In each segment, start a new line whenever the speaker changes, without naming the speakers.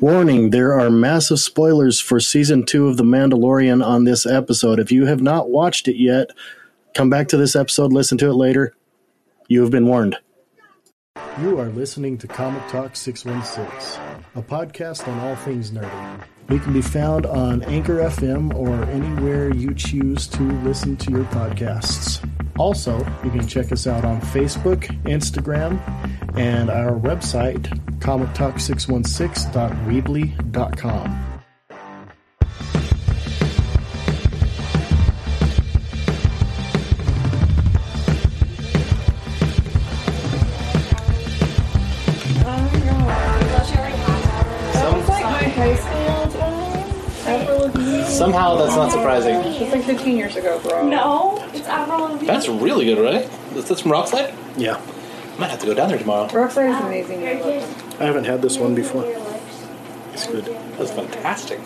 Warning, there are massive spoilers for season two of The Mandalorian on this episode. If you have not watched it yet, come back to this episode, listen to it later. You have been warned. You are listening to Comic Talk 616, a podcast on all things nerdy. We can be found on Anchor FM or anywhere you choose to listen to your podcasts. Also, you can check us out on Facebook, Instagram, and our website, comictalk616.weebly.com.
It's like my high school time. Avril Lavigne.
Somehow that's not surprising.
It's like 15 years ago, bro.
No, it's Avril Lavigne.
That's really good, right? That's, that's from Rockslide?
Yeah,
Might have to go down there tomorrow.
Rockstar is amazing. I love it.
I haven't had this one before. It's good.
That's fantastic.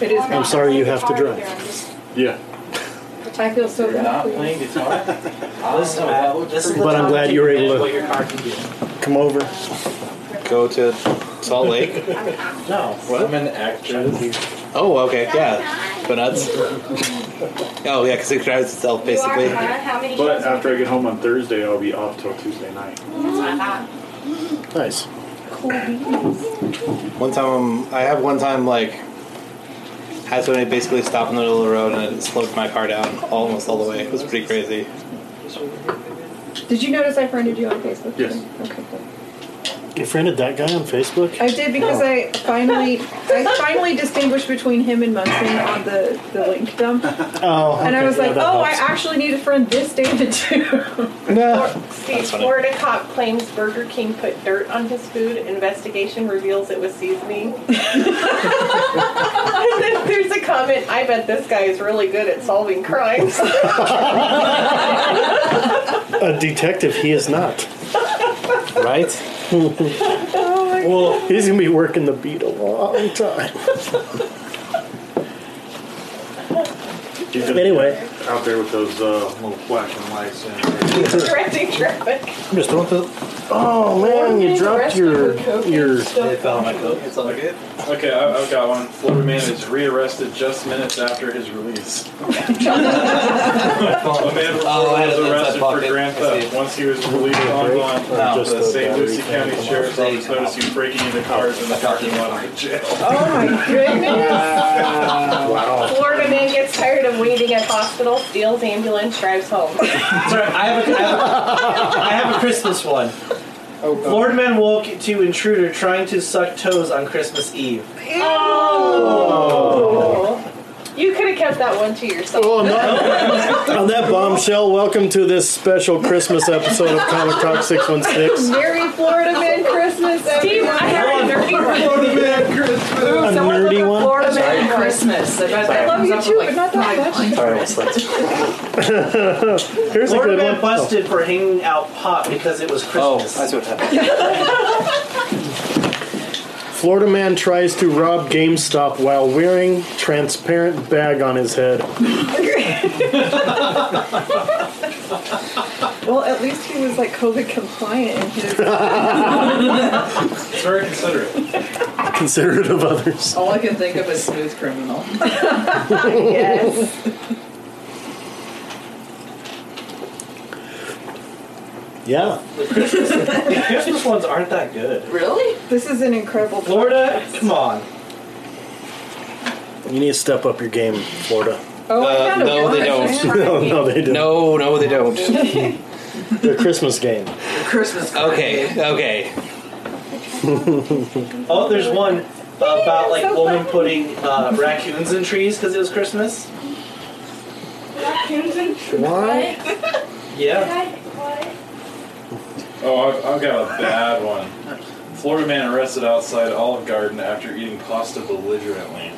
It is.
I'm sorry you have to drive.
Yeah.
I feel so bad. for you.
playing guitar. this is how, this is the
But I'm
top
glad
two
you were
minutes
able to-
What your car can do.
Come over.
Go to Salt Lake.
No, I'm an actress.
oh, okay, yeah. Go nuts. oh, yeah, because it drives itself, basically.
How many
But
shows?
after I get home on Thursday, I'll be off till Tuesday night.
That's what I thought.
Nice.
One time, um, I have one time, like, had somebody basically stop in the middle of the road and it slowed my car down almost all the way. It was pretty crazy.
Did you notice I friended you on Facebook?
Yes.
Okay, cool.
You friended that guy on Facebook?
I did because I finally, I finally distinguished between him and Munson on the the link dump,
Oh,
and I
okay,
was
yeah,
like,
that
oh, I
helps.
actually need a friend this David too.
See,
No.
That's funny.
Florida cop claims Burger King put dirt on his food. Investigation reveals it was seasoning. and then there's a comment. I bet this guy is really good at solving crimes.
A detective, he is not.
Right?
Well, he's gonna be working the beat a long time.
He's gonna
Anyway,
be out there with those uh, little flashing lights. And
Directing traffic.
I'm just throwing the.
oh man, you dropped your your.
It fell on my coat. It's all good.
Okay, I, I've got one. Florida man is rearrested just minutes after his release. A man
Oh, I had it
was
inside
arrested for
pocket.
grand
I
theft
see. Oh,
once he was released on bond.
No,
The
the
St. Lucie
battery
County
thing.
Sheriff's
There you
Office
go.
noticed he was breaking into cars in the parking lot of the jail.
Oh my goodness!
Florida man gets tired of waiting at hospital, steals ambulance, drives home.
Sorry, I have, a, I, have a, I have a Christmas one. Florida man woke to intruder trying to suck toes on Christmas Eve.
Oh.
You could have kept that one to yourself.
Oh, on that, on that bombshell, welcome to this special Christmas episode of Comic Talk 616.
Merry Florida Man Christmas,
Steve, I
everyone.
have a nerdy one.
Florida man, Christmas!
A nerdy one.
Florida man
Christmas. I bet
I
that
love
comes
you
up
too,
with
but
like
not that much.
Sorry, I slipped.
Here's a
Florida
good
man
one.
busted for hanging out pot because it was
Oh,
Christmas.
I see what happened.
Florida man tries to rob GameStop while wearing transparent bag on his head.
Well, at least he was like COVID compliant in his.
It's very considerate.
Considerate of others.
All I can think of is smooth criminal.
Yes.
Yeah.
The Christmas, the Christmas ones aren't that good.
Really?
This is an incredible.
Florida, come on.
You need to step up your game, Florida.
Oh, I
Uh,
found a
no, they
wallet.
don't.
No, no, they didn't.
No, no, they don't.
The Christmas game.
Christmas.
Okay, okay.
Oh, there's one about like woman putting uh, raccoons in trees because it was Christmas.
Why?
Yeah.
Oh, I've, I've got a bad one. Florida man arrested outside Olive Garden after eating pasta belligerently.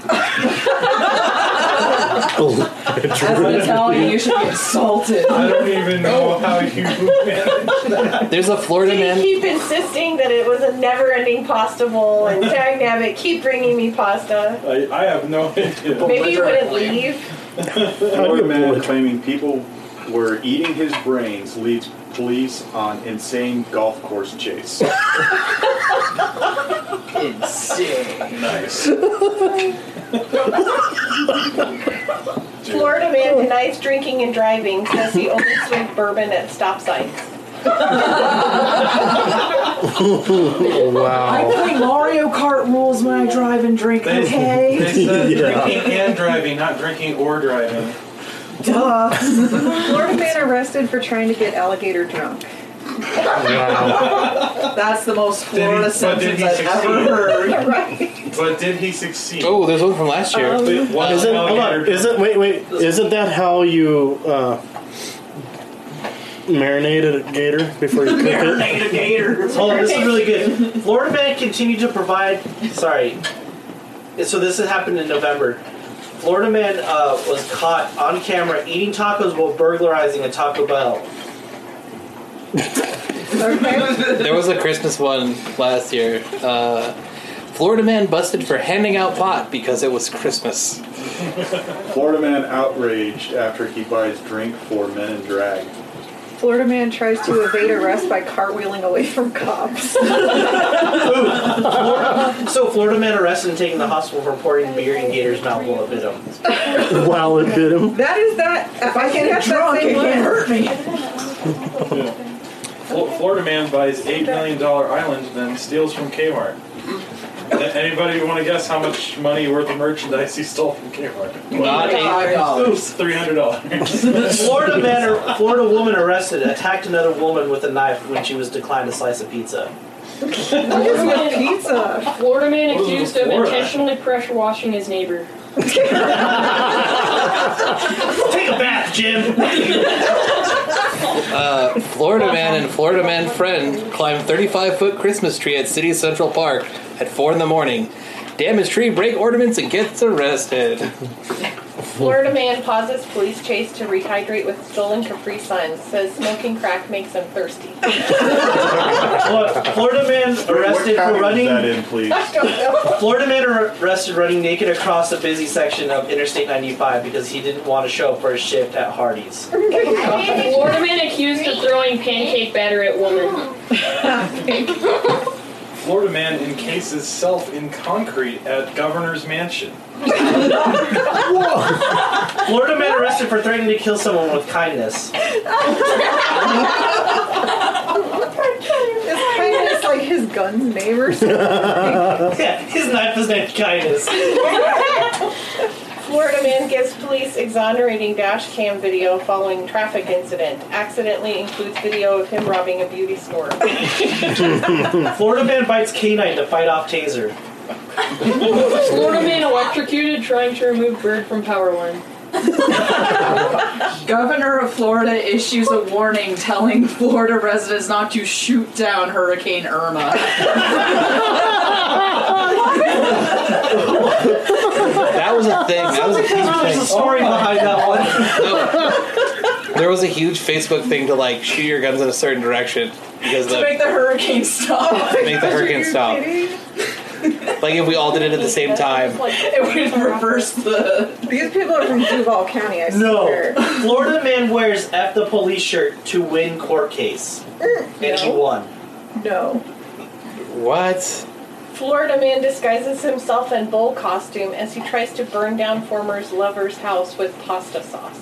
As an Italian, you should be insulted.
I don't even know how you managed
There's a Florida
They
man.
keep insisting that it was a never-ending pasta bowl, and dag nabbit, keep bringing me pasta.
I, I have no idea.
Maybe you wouldn't leave.
Florida man claiming people were eating his brains leads police on insane golf course chase.
Insane.
Nice.
Florida man denies drinking and driving, says he only swings bourbon at stop signs.
I play Mario Kart rules when I drive and drink,
They-
okay?
They said
Yeah.
drinking and driving, not drinking or driving.
Duh.
Florida man arrested for trying to get alligator drunk.
That's the most
he-
Florida
but did
sentence
he
I've ever
succeed?
heard.
Right.
But did he succeed?
Oh, there's one from last year.
Um,
Wait, what?
Isn't hold on,
Alligator-
isn't wait wait isn't that how you uh, marinated a gator before you cook it?
Negative gator.
Hold on, this is really good. Florida man continued to provide. Sorry. So this has happened in November. Florida man uh, was caught on camera eating tacos while burglarizing a Taco Bell.
Okay.
There was a Christmas one last year. Uh, Florida man busted for handing out pot because it was Christmas.
Florida man outraged after he buys drink for men in drag.
Florida man tries to evade arrest by cartwheeling away from cops.
So Florida man arrested and taken to the hospital for pouring beer in Gator's mouth while it bit him.
While it bit him.
That is that. If I can
Get
have that
drunk, it
same
can't
one.
hurt me.
Flo- Florida man buys eight million dollar island, then steals from Kmart. A- Anybody want to guess how much money worth of merchandise he stole from Kmart?
Not
Oh
eight.
Oh.
Oops, three hundred dollars.
Florida man, Florida woman arrested attacked another woman with a knife when she was declined a slice of pizza.
What is with pizza?
Florida man
What is
accused
with
of
Florida?
intentionally pressure washing his neighbor.
Take a bath, Jim.
Uh, Florida man and Florida man friend climb 35 foot Christmas tree at City Central Park at 4 in the morning. Damage tree, break ornaments, and gets arrested.
Florida man pauses police chase to rehydrate with stolen Capri Suns, says smoking crack makes him thirsty.
Look, Florida man arrested
what county was that
for running.
in, please?
I don't know.
Florida man ar- arrested running naked across a busy section of Interstate 95 because he didn't want to show up for his shift at Hardee's.
Florida man accused of throwing pancake batter at woman.
Florida man encases self in concrete at governor's mansion.
Florida man arrested for threatening to kill someone with kindness.
It's kind of like his gun's name or something.
Yeah, his knife is named kindness.
Florida man gives police exonerating dash cam video following traffic incident. Accidentally includes video of him robbing a beauty store.
Florida man bites canine to fight off taser.
Florida man electrocuted trying to remove bird from power line.
Governor of Florida issues a warning telling Florida residents not to shoot down Hurricane Irma.
That was a thing. That was a
There's a
huge thing.
story behind that one.
No. There was a huge Facebook thing to like shoot your guns in a certain direction because
to
the
make the hurricane stop.
make the hurricane stop.
Kidding?
Like if we all did it at the same time.
It would reverse the
These people are from Duval County, I
No.
swear.
Florida man wears F the police shirt to win court case. And he won.
No.
What?
Florida man disguises himself in bull costume as he tries to burn down former lover's house with pasta sauce.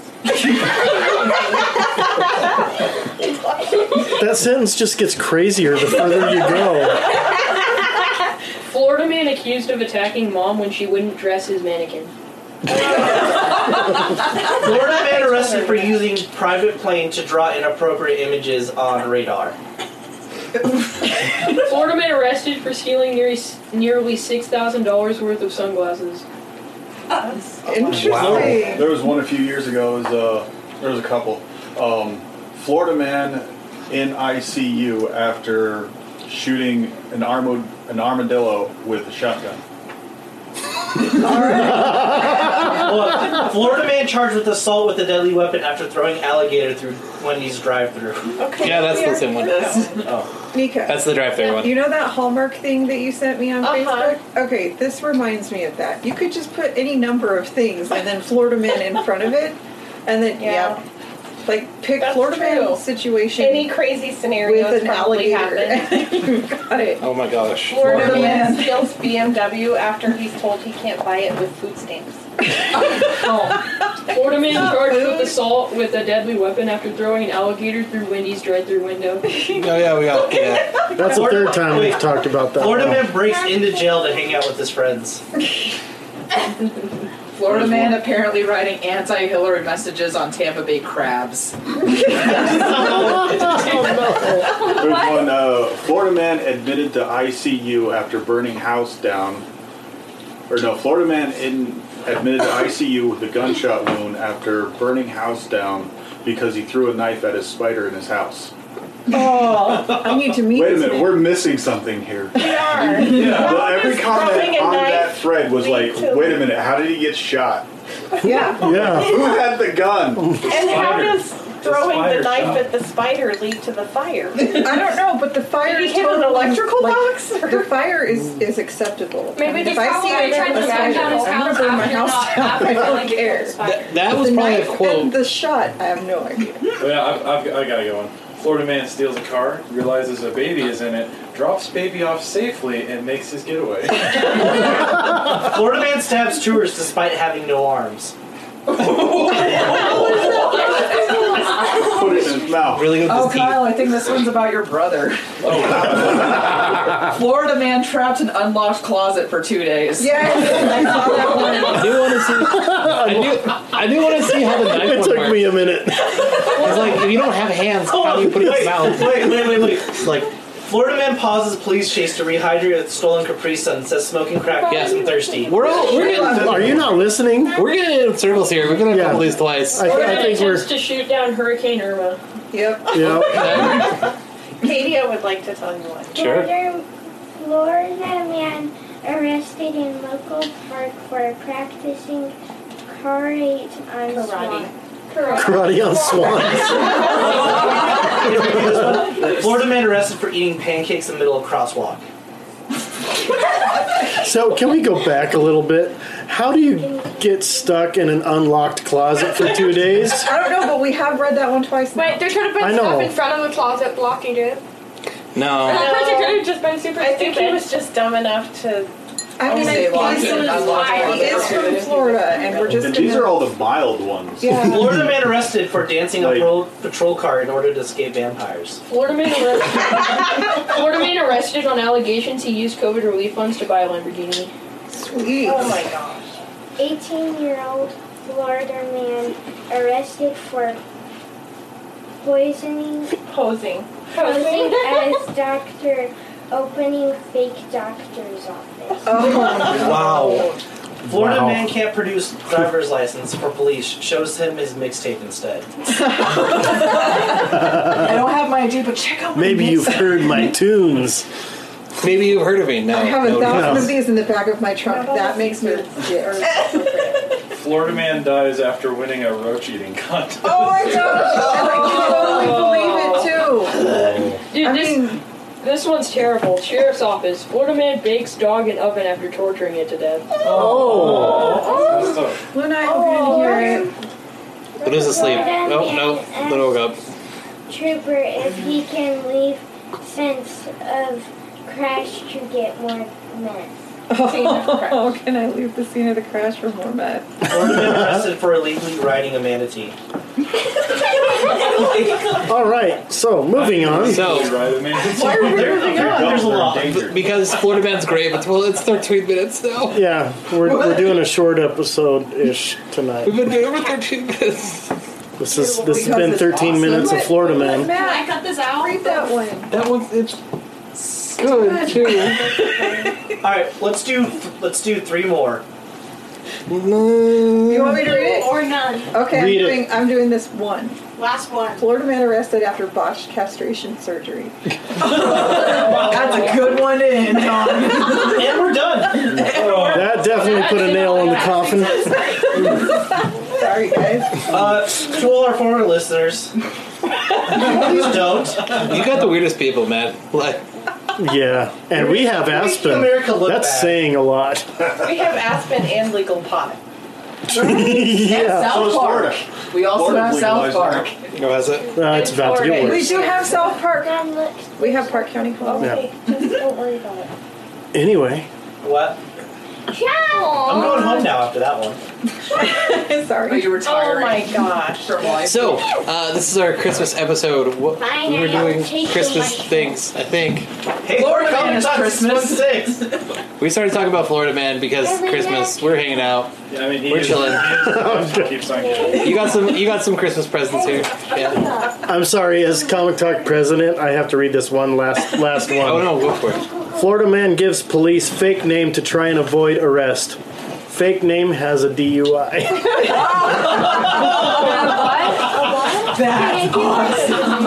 That sentence just gets crazier the further you go.
Florida man accused of attacking mom when she wouldn't dress his mannequin.
Florida man arrested for using private plane to draw inappropriate images on radar.
Florida man arrested for stealing nearly nearly six thousand dollars worth of sunglasses.
Interesting.
There was one a few years ago. It was, uh, there was a couple. Um, Florida man in ICU after shooting an, armo- an armadillo with a shotgun.
Look, Florida man charged with assault with a deadly weapon after throwing alligator through Wendy's drive-through.
Okay.
Yeah, that's the
here.
same one.
Nika.
That's the drive-through one.
You know that Hallmark thing that you sent me on
Uh-huh.
Facebook? Okay, this reminds me of that. You could just put any number of things and then Florida man in front of it, and then yeah.
Yeah.
Like pick
That's
Florida
true.
man situation
Any crazy scenarios
with an
probably
alligator.
happened.
Got it.
Oh my gosh.
Florida
Florida
man
man.
steals BMW after he's told he can't buy it with food stamps.
Florida man
Not
charged
food.
with assault with a deadly weapon after throwing an alligator through Wendy's drive-through window.
Oh yeah, we got yeah.
That's the third time we've talked about that.
Florida
now.
man breaks into jail to hang out with his friends.
Florida man apparently writing anti-Hillary messages on Tampa Bay crabs.
There's one. Uh, Florida man admitted to ICU after burning house down. Or no, Florida man in, admitted to ICU with a gunshot wound after burning house down because he threw a knife at his spider in his house.
Oh, I need to meet
Wait a
this
minute,
man.
we're missing something here.
We are.
Well, every
just
comment
throwing a
on
knife
that thread was like,
lead to-
wait a minute, how did he get shot?
Yeah.
Yeah.
Who had the gun?
And how
Spider.
does throwing the,
spider
knife
shot.
at the spider lead to the fire?
I don't know, but the fire
Did he hit an
totally,
electrical
like,
box? Or?
The fire is is acceptable.
Maybe they
if I see
probably
it,
tried to burn
I'm
down his
I'm
house
gonna burn my
after
house
not
down.
after
I don't
killing
care.
the spider.
That was
the
probably a
knife and
quote.
the shot. I have no idea.
Yeah, I've, I've, I gotta go on. Florida man steals a car, realizes a baby is in it, drops baby off safely, and makes his getaway.
Florida man stabs tourists despite having no arms.
Put it in his mouth.
Really good
Oh,
with the teeth.
Kyle, I think this one's about your brother. Florida man trapped in unlocked closet for two days.
Yes, I saw that one.
I do want to see. I do. I do want to see how the knife
It
one
took
works.
me a minute.
It's like if you don't have hands, how do you put it in your
wait,
mouth?
wait, wait, wait, wait.
It's like
Florida man pauses police chase to rehydrate with stolen Capri Sun. Says smoking crack
Yeah.
makes him thirsty.
we're all we're getting
Are you not listening?
we're getting in circles here. We've been on a
Yeah.
couple of these twice.
I,
Florida
I
man
think
attempts
we're.
to shoot down Hurricane Irma.
Yep.
Yeah.
Katie, I would like to tell you one.
sure.
Florida, Florida man arrested in local park for practicing karate on
Karate.
Karate on swans.
Florida man arrested for eating pancakes in the middle of crosswalk.
So, can we go back a little bit? How do you get stuck in an unlocked closet for two days?
I don't know, but we have read that one twice. now.
Wait, they're trying to
I
put
know.
stuff in front of the closet blocking it.
No.
That person could have just been super
I think
stupid.
he was just dumb enough to.
I mean,
I'll say
I
lock
guess
it and
it's-
unlock
it.
he is from Florida, and we're just
And these
gonna.
are all the mild ones.
yeah.
Florida man arrested for dancing
Like-
a pro- patrol car in order to escape vampires.
Florida man arrested. Florida man arrested on allegations he used COVID relief funds to buy a Lamborghini.
Sweet.
Oh my gosh.
18 year old Florida man arrested for poisoning,
Posing.
posing as doctor, opening fake doctor's office.
Oh.
Wow. Florida
Wow.
man can't produce driver's license for police. Shows him his mixtape instead.
I don't have my idea, but check out my
Maybe
mix.
you've heard my tunes.
Maybe you've heard of me. No.
I have
no,
a thousand
no.
of these in the back of my trunk. That makes me. Oh,
Florida man dies after winning a roach eating contest.
Oh my gosh! And I can totally believe it too.
Dude,
I
this
mean,
this one's terrible. Sheriff's office. Florida man bakes dog in oven after torturing it to death.
oh.
That's tough.
Luna, I hope you didn't hear it.
Luna's asleep. Oh no. Luna woke up.
Trooper, if he can leave sense of crash to get more meth.
Oh, can I leave the scene of the crash for more meth?
Florida man arrested for illegally riding a manatee.
All right, so moving on.
So
Right, I mean,
Why are we moving
They're
on?
dumb,
There's a
they're
lot.
endangered.
because Florida man's grave, it's well, it's 13 minutes now.
Yeah, we're, we're doing a short episode ish
We've
tonight.
been doing it for 13 minutes.
This is this has been 13 minutes of Florida Man.
Matt,
cut this out.
read that one.
That one's it's good too.
All right, let's do let's do three more.
You want me to read it?
Or none.
Okay, I'm
Read it.
doing. I'm doing this one.
Last one.
Florida man arrested after botched castration surgery. That's a good one to end on.
And we're done.
That definitely put a nail in the coffin.
Sorry, guys.
Uh, to all our former listeners, please don't.
You got the weirdest people, man. Like
Yeah, and we have
Making
Aspen.
America look
That's
bad.
saying a lot.
We have Aspen and legal pot.
yeah.
South So is Florida. Park. We also Florida's have South legalized
No, that's it. Uh, it's about to get
We
worse.
do have South Park. We have Park County
Oh.
Hall.
Yeah.
Don't worry about it.
Anyway,
What? I'm going home now after that one.
Sorry.
Are you retiring?
Oh my gosh.
From life.
So, uh, this is our Christmas episode. What,
Fine,
we were
I don't
doing
take
Christmas
too much.
things, I think.
Hey, Florida come Man is talk Christmas.
We started talking about Florida Man because
Every
Christmas. We're hanging out.
Yeah, I mean, he
we're
is-
chilling.
Keeps on getting.
you got some. You got some Christmas presents here. Yeah.
I'm sorry, as Comic Talk president, I have to read this one last last one.
Oh no, go for it.
Florida man gives police fake name to try and avoid arrest. Fake name has a DUI.
That's awesome.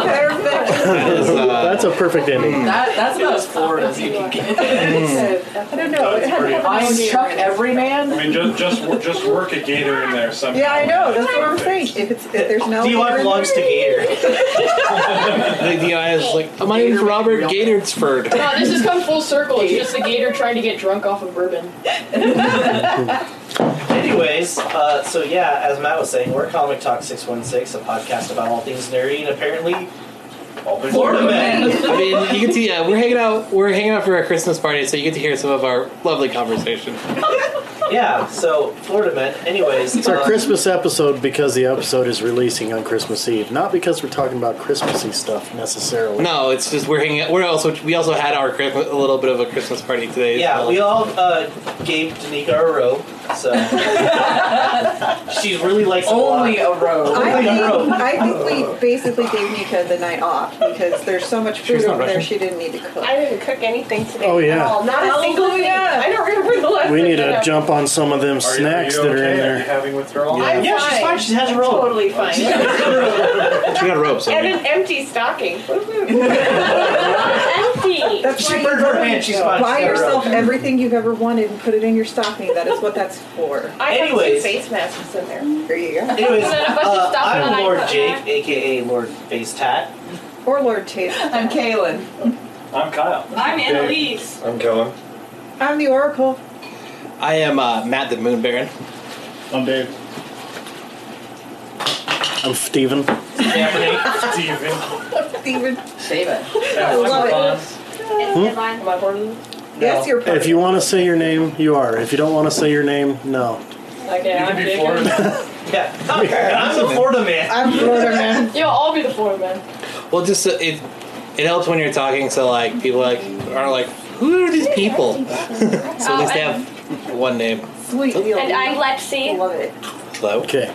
uh,
That's a perfect ending.
Mm,
That, that's about as Florida as you can get. I don't know.
That's pretty-
I'm Chuck Everyman.
I mean, just just wor- just work a gator in there somehow.
Yeah, I know. That's what I'm saying. If it's if there's no.
Do you have lungs to gator?
The DI is like, oh, my name's Robert Gatorsford.
No, Oh, this has come full circle. It's just the gator trying to get drunk off of bourbon.
Anyways, uh, so yeah, as Matt was saying, we're Comic Talk 616, a podcast about all things nerdy, and apparently, all things Florida men.
I mean, you can see. Yeah, we're hanging out. We're hanging out for our Christmas party, so you get to hear some of our lovely conversation.
yeah, so Florida men. Anyways,
It's our
uh,
Christmas episode because the episode is releasing on Christmas Eve, not because we're talking about Christmassy stuff necessarily.
No, it's just we're hanging. out. We're also we also had our Christmas, a little bit of a Christmas party today. as
Yeah,
well.
we all uh, gave Danica a robe, so she really likes
Only
a
a robe.
Only
I think,
a robe.
I think we basically gave Nika the night off because there's so much food
She's not
over there she
Russian.
didn't need to cook.
I didn't cook anything today
Oh,
at
yeah.
all. Not a single thing.
Hallelujah.
I don't remember the last
We
thing
need
I
to
had.
jump on some of them
Are you, are you
snacks that are
okay?
in
Are you
there.
having withdrawal?
Yeah.
I'm
Yeah, she's fine. She has a
I'm
robe.
Totally fine.
She got ropes. I
and
mean.
an empty stocking.
Empty.
That's
She
why
burned
you
her hand. She's fine.
buy
She got a
yourself
robe.
everything you've ever wanted and put it in your stocking. That is what that's for.
I have two
Anyways.
face masks in there.
There you go.
Anyways,
And then a bunch of
uh,
stuff that I
I'm Lord
put
Jake,
back.
aka Lord Face Tat.
Or Lord Taste.
I'm Kaylin.
I'm Kyle.
I'm Annalise.
I'm Kellen.
I'm the Oracle.
I am uh, Matt the Moon Baron.
Um,
I'm Dave.
I'm Steven.
Steven.
Steven.
Shaven.
I love it.
Am I part of this?
Yes, you're
If you want to say your name, you are. If you don't want to say your name, no.
Okay, I'm
be
Jacob.
Yeah. Okay, I'm the Florida man.
I'm Florida man.
Yeah, I'll be the Florida man.
Well, just uh, it it helps when you're talking, so like people like are like, who are these people? so at least they have one name.
Sweet deal.
And I'm
I
Lexi.
love it.
Hello.
Okay.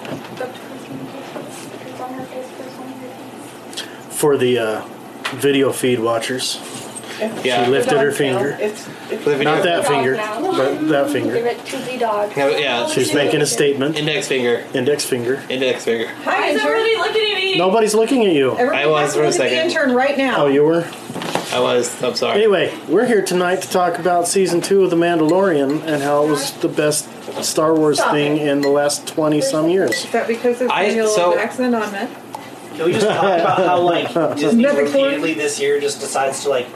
For the uh, video feed watchers,
Yeah.
she lifted her
Dog's tail.
finger.
It's, it's
The video-
Not that finger, but that
Give
finger.
it to the dog.
No, yeah.
She's making a statement.
Index finger.
Index finger.
Index finger.
Hi, intern.
looking at me?
Nobody's looking at you.
Everybody
I was
has to
for a
look at
second.
The intern right now.
Oh, you were?
I was. I'm sorry.
Anyway, we're here tonight to talk about season two of The Mandalorian and how it was the best Star Wars thing in the last 20 some years.
Is that because of
I-
Samuel
so-
Jackson on it?
Can we just talk about how like Disney
Never
repeatedly this year just decides to like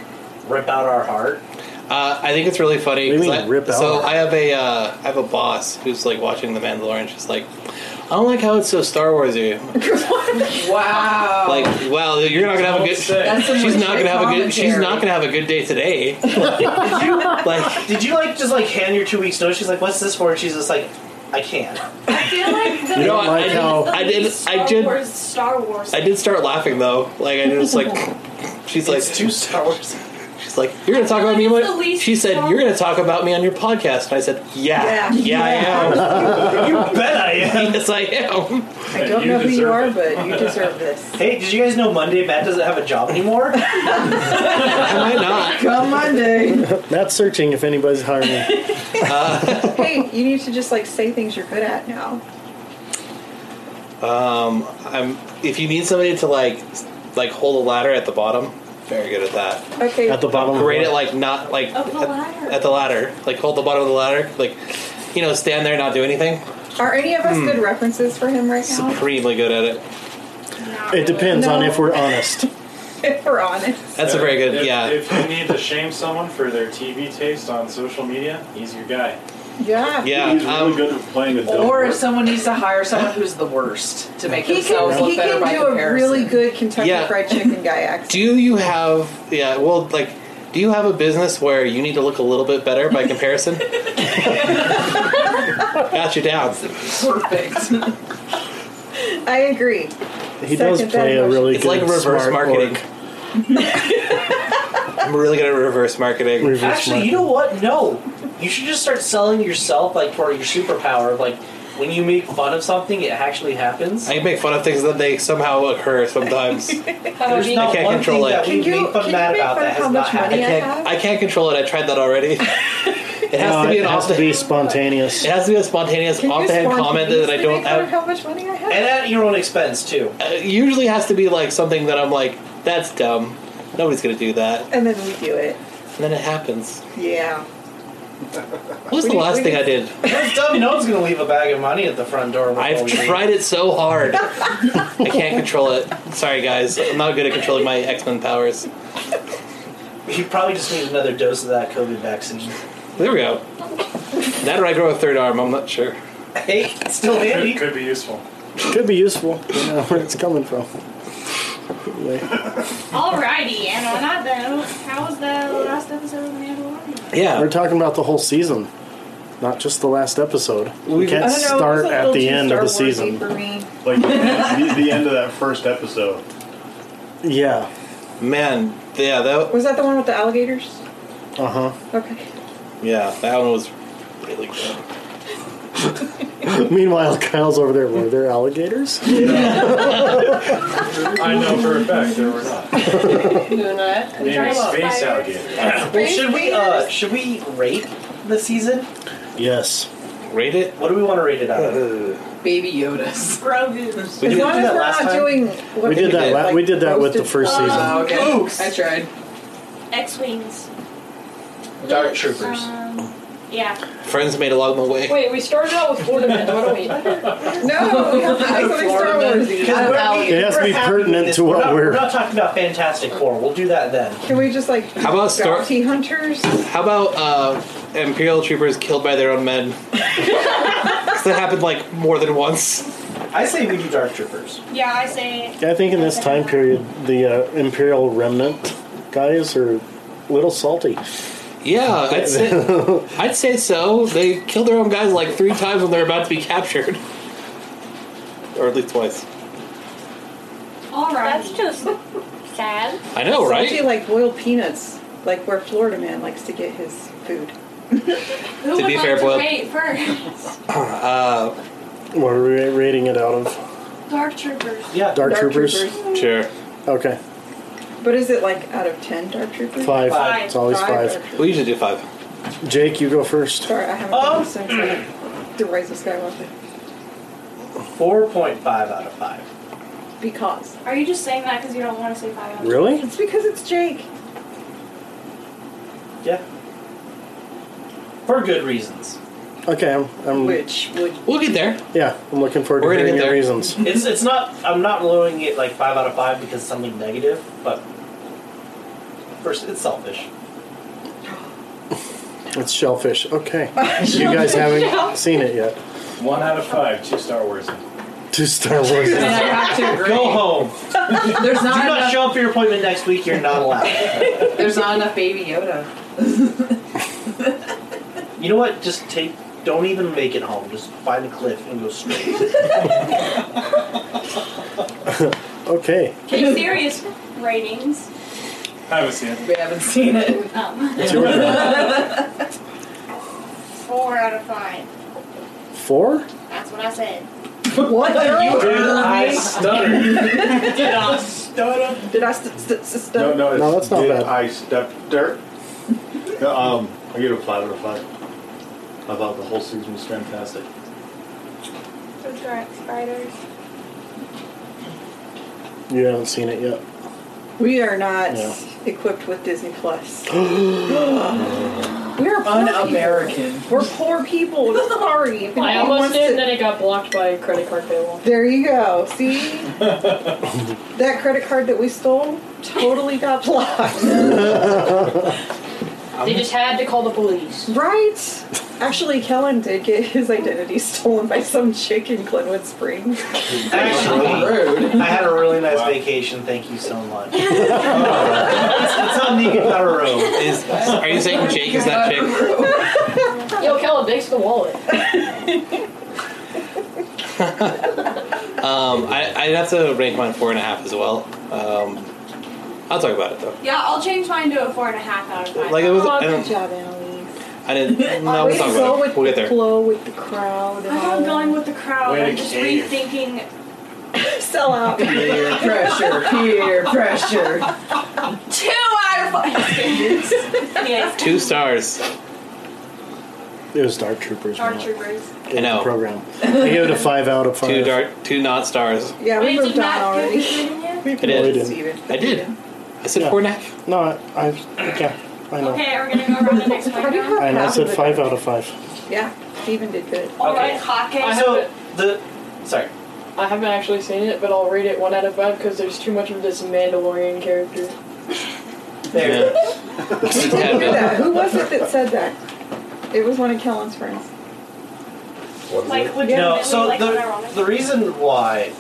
rip out our heart?
Uh, I think it's really funny.
What do you
'cause
mean,
I,
rip
so
out?
I have a uh, I have a boss who's like watching The Mandalorian. She's like, I don't like how it's so Star Warsy.
Wow.
Like, wow, you're not gonna have a good.
That's some
She's not
legit
gonna have a good. She's
commentary.
not gonna have a good day today. like,
Did you like just like hand your two weeks notice? She's like, "What's this for?" And she's just like, "I can't."
I feel like the
You don't
No, I-
like how.
I did-
least
I
Star
did-
Wars, Star Wars.
I did start laughing though. Like I just like she's like
It's two Star Wars.
she's like you're gonna talk about me. on
It's the
My,
least
she said
wrong.
you're gonna talk about me on your podcast, and I said yeah, yeah,
Yeah.
I
you bet I am.
am. yes, I am.
I don't
you
know who you
deserve
are,
it.
but you deserve this.
Hey, did you guys know Monday Matt doesn't have a job anymore?
Am I not?
Come Monday.
Matt's searching if anybody's hiring me.
hey, you need to just like say things you're good at now.
Um, I'm. If you need somebody to like s- like hold a ladder at the bottom, very good at that.
Okay.
At the bottom of
Great at
what?
like not like
Of the
at,
ladder.
at the ladder, like hold the bottom of the ladder, like you know stand there and not do anything.
are any of us
Hmm.
good references for him right now?
Supremely good at it.
It depends on
No.
if we're honest.
if we're honest.
That's a very good
If,
yeah.
If you need to shame someone for their TV taste on social media, he's your guy. Yeah.
He's really
um,
good at playing a double.
Or if someone needs to hire someone who's the worst to make
He
themselves
can,
look
he
better
can
by
do a
comparison.
really good Kentucky
Yeah.
Fried Chicken guy accent.
Do you have yeah, well like do you have a business where you need to look a little bit better by comparison? Got you down.
Perfect.
I agree.
He does
Second
play
that
a really
it's
good
like reverse
smart
marketing. I'm really good at reverse marketing.
Actually, you know what? No, you should just start selling yourself like for your superpower. of, Like when you make fun of something, it actually happens.
I make fun of things that they somehow occur sometimes.
There's
I
not
can't
one
control
thing
it.
that we make fun mad about that has not
I
happened.
can't, I can't control it. I tried that already. It has
No,
to be an
it has
off
to be spontaneous.
It has to be a spontaneous
Can you
off the head comment that I
spontaneously
don't
make fun
have.
of how much money I have?
And at your own expense too.
It usually has to be like something that I'm like, that's dumb. Nobody's gonna do that.
And then we do it.
And then it happens.
Yeah.
What was the last thing I did?
That's dumb. No one's gonna leave a bag of money at the front door. before
I've
we leave.
tried it so hard. I can't control it. Sorry guys, I'm not good at controlling my X Men powers.
You probably just need another dose of that COVID vaccine.
There we go. That or I grow a third arm. I'm not sure.
Hey, still handy.
Could, be useful.
Could be useful. You know where it's coming from. Anyway.
Alrighty, and on that note, how was the last episode of Mandalorian?
Yeah.
We're talking about the whole season, not just the last episode. We,
We-
can't
I don't know, it was
start
a
at
little
the
too
end
Star
of the
Wars-y
season.
For me.
Like the, the end of that first episode.
Yeah.
Man, yeah, that
Was that the one with the alligators?
uh huh.
Okay.
Yeah, that one was really good.
Meanwhile, Kyle's over there. Were there alligators?
I know for a fact there were not. Maybe space alligator.
Well, should we uh, should we rate the season?
Yes.
Rate it.
What do we want to rate it out of?
Baby Yoda's.
Grogu's.
We
as
did
long
do
as
that
we're
last
not
time.
doing what
we did that. la-
like
we did that with the
roasted-
first season.
Oh, okay.
Oops.
I tried.
X Wings.
Dark Troopers.
Um, yeah.
Friends made along the way.
Wait, we started out with Florida Man. Why don't we?
No, we have to make something Star Warsy.
Because we're-
It has to
we're
be
happy
pertinent
with
to
this.
what
not-
we're-
We're not talking about Fantastic Four. We'll do that then.
Can we just like
How about Star-
bounty hunters?
How about uh, Imperial troopers killed by their own men? 'Cause that happened like more than once.
I say we do Dark Troopers.
Yeah, I say.
I think in this time period, the uh, Imperial Remnant guys are a little salty.
Yeah, I'd say, I'd say so. They killed their own guys like three times when they're about to be captured, or at least twice.
Alright. That's just sad.
I know,
Salty
right?
like boiled peanuts, like where Florida man likes to get his food.
Who
To
would
be
like
fair,
to
Boyle-
rate first?
Uh,
What are we rating it out of?
Dark Troopers.
Yeah.
Dark, troopers.
sure.
Okay,
But is it like out of ten dark troopers?
five.
Five.
It's always
Dark
five.
Troopers.
We usually do five.
Jake, you go first.
Sorry, I haven't
Oh.
done since like, the Rise of Skywalker.
Four point five out of five.
Because
Are you just saying that because you don't want to say five? out
Really?
it's because it's Jake.
Yeah. For good reasons.
Okay, I'm. I'm
Which would
We'll get there.
Yeah, I'm looking forward to
We're gonna
hearing
get
your
there.
reasons.
It's it's not. I'm not lowering it like five out of five because it's something negative, but first it's selfish.
It's shellfish. Okay, you guys haven't seen it yet.
One out of five, two Star Wars. in.
Two Star Wars.
And I have to agree.
Go home.
There's
Do
not
not
enough.
show up for your appointment next week. You're not allowed.
There's not enough Baby Yoda.
you know what? Just take. Don't even make it home. Just find a cliff and go straight.
Okay,
Okay, serious ratings.
Haven't seen it.
We haven't seen it.
Oh.
Um,
it's your turn.
four out of five.
Four.
That's what I said.
what?
Did I stutter?
Did I?
Stutter.
Did I st- st- st-
No,
st-
no, it's
No, that's not
did
bad.
I step dirt. No, um, I give it a five out of five. I thought the whole season was fantastic.
Subtract spiders.
You haven't seen it yet.
we are not
Yeah.
equipped with Disney Plus. We're poor people.
Un-American.
We're poor people. Sorry. If
I
anyone
almost
wants
did, and
to-
then it got blocked by a credit card paywall.
There you go. See that credit card that we stole totally got blocked.
They just had to call the police.
Right? Actually, Kellen did get his identity stolen by some chick in Glenwood Springs.
Actually, I had a really nice vacation. Thank you so much. it's, it's on Nika Road.
Is, are you saying Jake is that chick?
Yo, Kella, thanks for the wallet.
Um, I, I'd have to rank mine four and a half as well. Um, I'll talk about it though.
Yeah, I'll change mine to a four and a half out of five.
Like, it was- I don't-
Oh, job, Annalise.
I didn't. No, we'll talk
go
about
with
it. We'll
the
get there.
flow with the crowd.
I'm not going with the crowd.
Way to
I'm just
cave.
rethinking.
Sell out.
Peer pressure, peer pressure.
Two out of five. yes.
Two stars.
It was Dark Troopers.
Star troopers.
I know.
Program. I gave it a five out of five.
Two dark, two not stars.
Yeah, we moved on
Ah,
already.
I
did.
didn't.
I did. I said four and a half.
No, I, I yeah, I know.
Okay, we're gonna go around the next one. now.
And I said five out of five.
Yeah, Steven did good.
All right, Hawkeye.
I
So the sorry.
I haven't actually seen it, but I'll rate it one out of five because there's too much of this Mandalorian character.
There.
Who did do that? Who was it that said that? It was one of Kellen's friends.
Like,
no,
legitimately,
so
like, when I
the, the reason why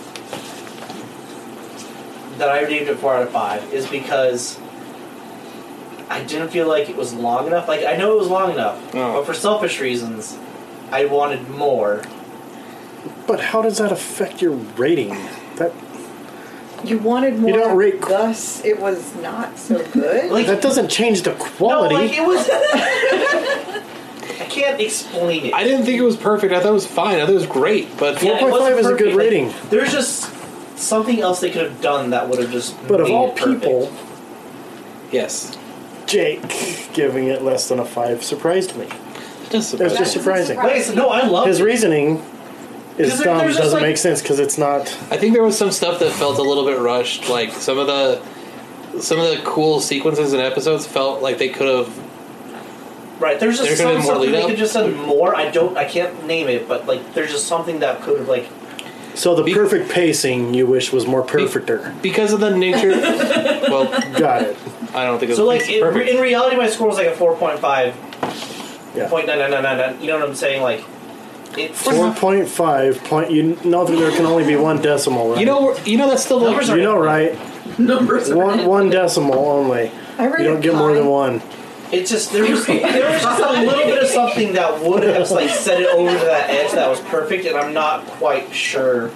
that I named it 4 out of 5 is because I didn't feel like it was long enough. Like, I know it was long enough, but for selfish reasons, I wanted more.
But how does that affect your rating? That
you wanted more.
You don't rate.
Thus, it was not so good.
that doesn't change the quality.
No, like, it was. I can't explain it.
I didn't think it was perfect. I thought it was fine. I thought it was great. But
Yeah, it wasn't perfect. Like,
rating.
There's just something else they could have done that would have just.
but of
made
all
it perfect.
people,
yes,
Jake giving it less than a five surprised me.
Just
That's just surprising.
Like I said, no, I love
His
it.
reasoning is
'Cause there-
dumb.
there's
Doesn't
just, like-
make sense because it's not.
I think there was some stuff that felt a little bit rushed. Like some of the some of the cool sequences and episodes felt like they could have.
Right, there's just
There could've
some,
been more
something
lead
they
up.
could just done more. I don't, I can't name it, but like, there's just something that could have like.
So the perfect pacing you wish was more perfecter.
Because of the nature, well,
got it.
I don't think it
So
was
like, it,
perfect.
in reality, my score was like a four point five,
Yeah.
point nine nine nine nine nine. You know what I'm saying? Like, it's
Four point five point. You know that there can only be one decimal, right?
You know, you know that's still
numbers. You know, right?
Numbers.
One one decimal only.
I read
You
a
don't get more than one.
It's just there was there was just a little bit of something that would have like set it over to that edge that was perfect, and I'm not quite sure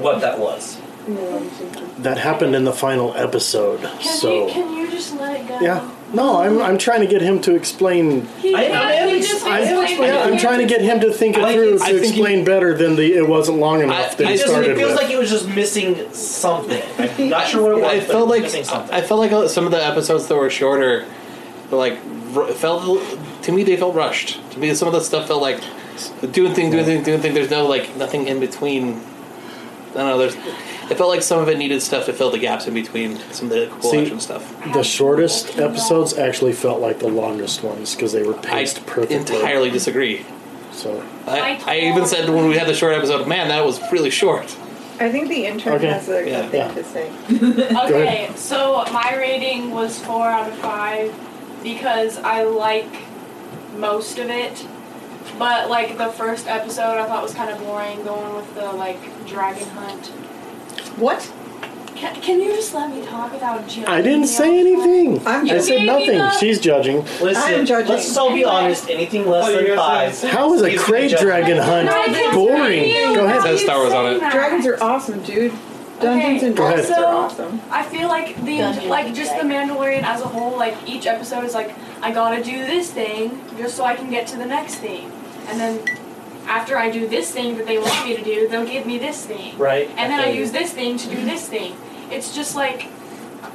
what that was.
That happened in the final episode.
Can
So
you can you just let it go?
yeah. No, I'm I'm trying to get him to explain.
He
I-
can't-
I-
he just
I-
explained
Yeah,
it.
I'm trying to get him to think it through to explain better than the it wasn't long enough that
It
he
just
started
it feels
with.
like it was just missing something. I'm not sure what it was.
I
but
felt
it was
like
missing something.
I felt like uh, some of the episodes that were shorter, were like r- felt to me they felt rushed. To me, some of the stuff felt like doing thing, doing thing, doing thing. There's no like nothing in between. I don't know. There's. It felt like some of it needed stuff to fill the gaps in between some of the cool
See,
action stuff.
The shortest episodes actually felt like the longest ones because they were paced perfectly.
Entirely disagree.
So
I, I even said when we had the short episode, man, that was really short.
I think the intern
Okay.
has a
Yeah.
good thing
Yeah.
to say.
Okay, so my rating was four out of five because I like most of it. But like the first episode I thought was kind of boring going with the like dragon hunt.
What?
Can, can you just let me talk without judging?
I
me?
didn't say anything.
I'm
I said
judging.
nothing.
Maybe not.
She's judging.
Listen, I'm judging. let's all be honest. Anything
Oh,
less than five.
How is a
Excuse me,
crate
judgment.
dragon hunt boring? Go ahead.
Says Star Wars on it.
Dragons are awesome, dude. Dungeons and
Go ahead.
Dragons are
Also,
awesome.
I feel like the
Dungeons
like just the Mandalorian as a whole, like each episode is like I gotta do this thing just so I can get to the next thing, and then after I do this thing that they want me to do, they'll give me this thing,
Right.
and then I use this thing to do this thing. It's just like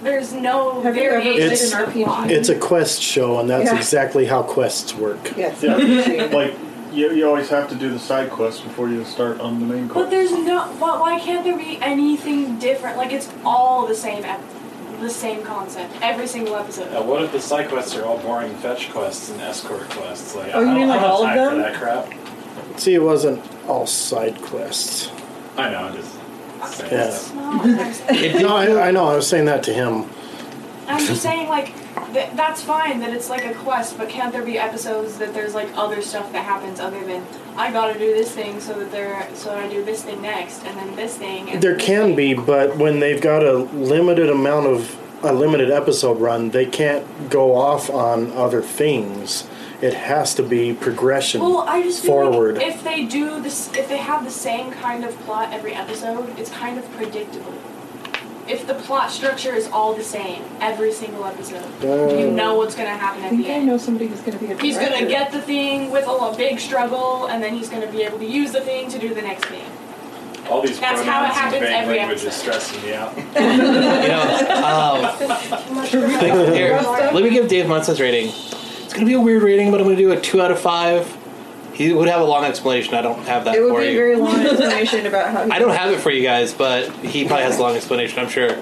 there's no
Have you ever
variation.
played
It's-
an RPG?
It's a quest show, and that's
Yeah.
exactly how quests work.
Yes.
Yeah. like you, you always have to do the side quest before you start on the main
But
quest.
there's no why, why can't there be anything different? Like it's all the same, ep- the same concept every single episode.
Now, what if the side quests are all boring fetch quests and escort quests? Like,
Oh,
I
you
don't-
mean
I
like
don't have
all of
time
them?
For that crap.
See, it wasn't all side quests.
I know. I'm just. saying
Yeah.
stuff.
No, I'm-
no, I, I know. I was saying that to him.
I'm just saying, like, Th- that's fine that it's like a quest, but can't there be episodes that there's like other stuff that happens other than I gotta do this thing so that there so I do this thing next and then this thing and
There can be, but when they've got a limited amount of a limited episode run, they can't go off on other things. It has to be progression
well, I just feel like
forward.
if they do this, if they have the same kind of plot every episode, it's kind of predictable. If the plot structure is all the same every single episode, you
Uh,
know what's gonna happen
I
at the
think I
end.
know somebody who's going to be a
He's gonna
director.
get the thing with a lo- big struggle, and then he's gonna be able to use the thing to do the next thing.
All these
That's how
pronouns
it
and
happens
vague
every
language is
episode.
stressing me out.
Thank you. Here, let me give Dave Munsta's rating. It's gonna be a weird rating, but I'm gonna do a two out of five. He would have a long explanation. I don't have that
It would
for
be a
you.
very long explanation about how.
I don't have it for you guys, but he probably has a long explanation. I'm sure.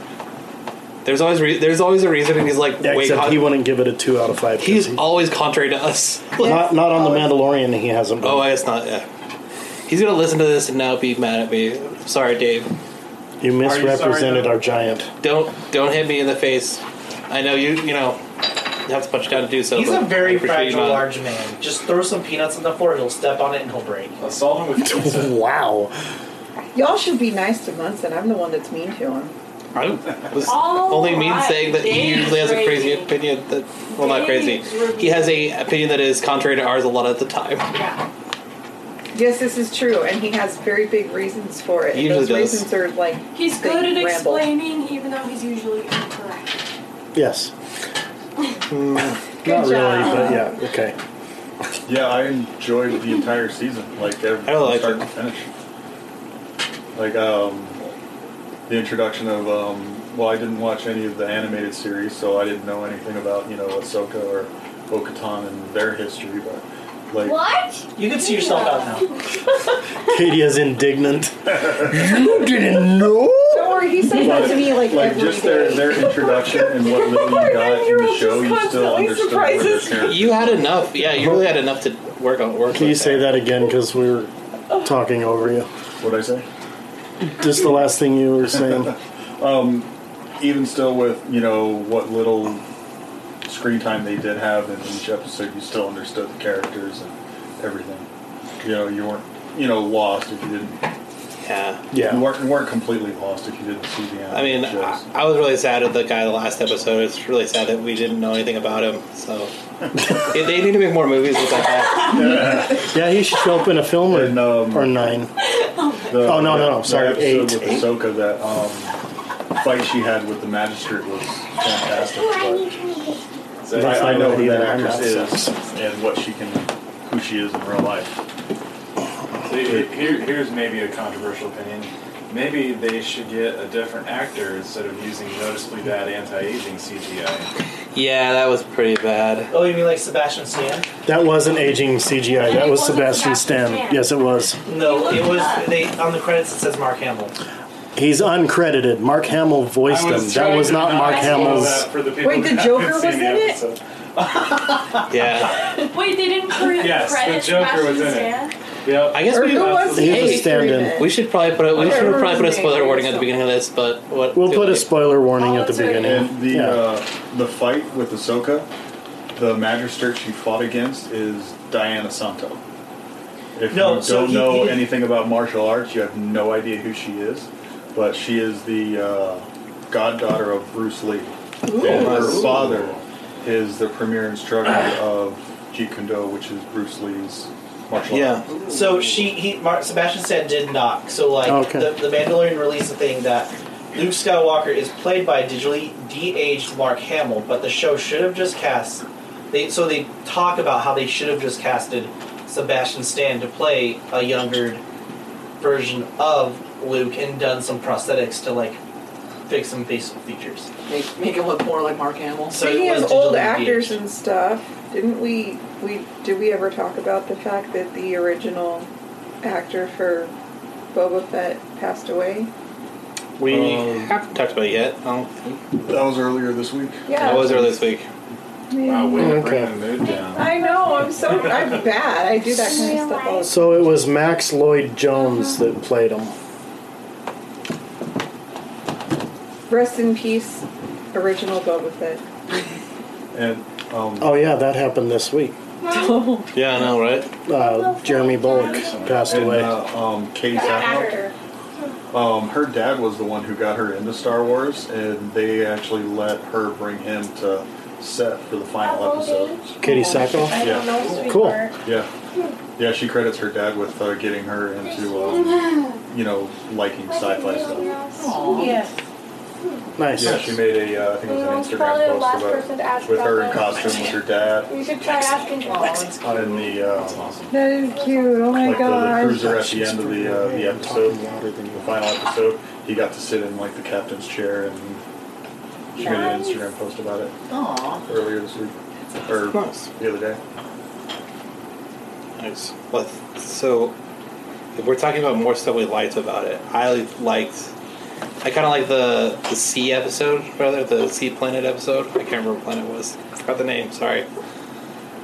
There's always re- there's always a reason, and he's like,
Yeah,
wait,
except
con-
he wouldn't give it a two out of five.
he's always contrary to us.
Not not on the Mandalorian. He hasn't.
Oh, I guess not. Yeah, he's gonna listen to this and now be mad at me. Sorry, Dave.
You misrepresented
though?
our giant.
Don't don't hit me in the face. I know you. You know, you have to punch down to do so.
He's
but
a
I
very
appreciate you
fragile,
not-
large man. Just throw some peanuts on the floor, he'll step on it and he'll break. Assault him with pizza.
wow.
Y'all should be nice to Munson. I'm the one that's mean to him.
I was
All
only mean
right,
saying that he
Dave's
usually has a crazy
rating.
opinion that well not crazy. He has a opinion that is contrary to ours a lot of the time.
Yes, this is true, and he has very big reasons for it.
He
and
usually
those
does.
reasons are like
He's
big
good at
ramble.
explaining, even though he's usually incorrect.
Yes.
Mm,
Not really, but yeah. Okay.
Yeah, I enjoyed the entire season, like every
I liked
start to finish. Like um, the introduction of um, well, I didn't watch any of the animated series, so I didn't know anything about you know Ahsoka or Bo-Katan and their history, but like
What?
You can see yourself out now.
Katie is indignant. you didn't know.
Don't worry, he says that to me like, every
just their their introduction and what little you got in the show, you still understood. where they're characters
You had enough. Yeah, you really had enough to work on. Work.
Can you say that again? Because we were talking over you.
What I say?
Just the last thing you were saying.
um, even still, with you know what little screen time they did have in each episode, you still understood the characters and everything. You know, you weren't you know lost if you didn't.
Yeah,
yeah.
You weren't, you weren't completely lost if you didn't see the.
I mean,
animated shows.
I, I was really sad at the guy the last episode. It's really sad that we didn't know anything about him. So they, they need to make more movies with that guy.
yeah, he should show up in a film or,
um,
or nine.
The-
oh no, no, no!
the
Sorry,
episode
eight.
with
eight.
Ahsoka that um, fight she had with the magistrate was fantastic. but
So that's
I, I
not
know
right
who that
either. I'm
actress
not
is and what she can, who she is in real life.
See, here, here's maybe a controversial opinion. Maybe they should get a different actor instead of using noticeably bad anti-aging CGI.
Yeah, that was pretty bad.
Oh, you mean like Sebastian Stan?
That wasn't aging CGI. That was Sebastian Stan. Yes, it was.
No, it was they on the credits it says Mark Hamill.
He's uncredited. Mark Hamill voiced
I
him.
was
That
trying
was
to
not
not
Mark
spoil
Hamill's.
that for the people Wait, the that haven't Joker seen was the in it? episode.
Yeah.
Wait, they didn't credit
Yes, the
credit
Joker was
Sebastian
in it.
Stan?
Yep.
I guess
Or
we
who was
He was a stand-in.
We should probably put a, we
Okay.
should probably put a spoiler warning at the beginning of this, but what
We'll put a spoiler warning at the
And
beginning.
the
yeah.
uh, the fight with Ahsoka, the magistrate she fought against is Diana Santo. If
No,
you
so
don't
he-
know
he did-
anything about martial arts, you have no idea who she is, but she is the uh, goddaughter of Bruce Lee. And her
Ooh.
father is the premier instructor of Jeet Kune Do, which is Bruce Lee's martial art.
So she, he, Mar- Sebastian Stan did knock. So like
Okay.
the, the Mandalorian released a thing that Luke Skywalker is played by digitally de-aged Mark Hamill, but the show should have just cast. They so they talk about how they should have just casted Sebastian Stan to play a younger version of Luke and done some prosthetics to like fix some facial features.
Make, make him look more like Mark Hamill.
So
Speaking
it was
of old
digitally
actors and stuff, didn't we we did we ever talk about the fact that the original actor for Boba Fett passed away?
We haven't talked about it yet. I don't think.
That was earlier this week.
Yeah.
That was earlier this week.
Wow,
way to bring
Okay.
the mood down.
I know, I'm so I'm bad. I do that kind of stuff all the
So it was Max Lloyd Jones that played him.
Rest in peace, original Boba Fett.
And um,
Oh yeah, that happened this week.
Yeah, I know, right?
Uh, Jeremy Bullock passed
and,
away.
Uh, um, Katie Sackhoff. Um, her dad was the one who got her into Star Wars, and they actually let her bring him to set for the final episode.
Katie Sackhoff?
I don't know,
Yeah.
sweetheart.
Cool.
Yeah, yeah. She credits her dad with uh, getting her into, um, you know, liking sci-fi stuff.
Yes.
Nice.
Yeah, she made a, uh, I think it was an Instagram post about with her in costume with her dad
You should try asking Paul.
on in the uh,
That is cute. Oh my
like the
gosh.
cruiser at the end of the uh, the episode, the final episode. He got to sit in like the captain's chair, and she made an Instagram post about it
Aww.
earlier this week or the other day.
Nice. But so, if we're talking about more stuff we liked about it, I liked. I kind of like the the sea episode, rather the sea planet episode. I can't remember what planet it was. I forgot the name. Sorry.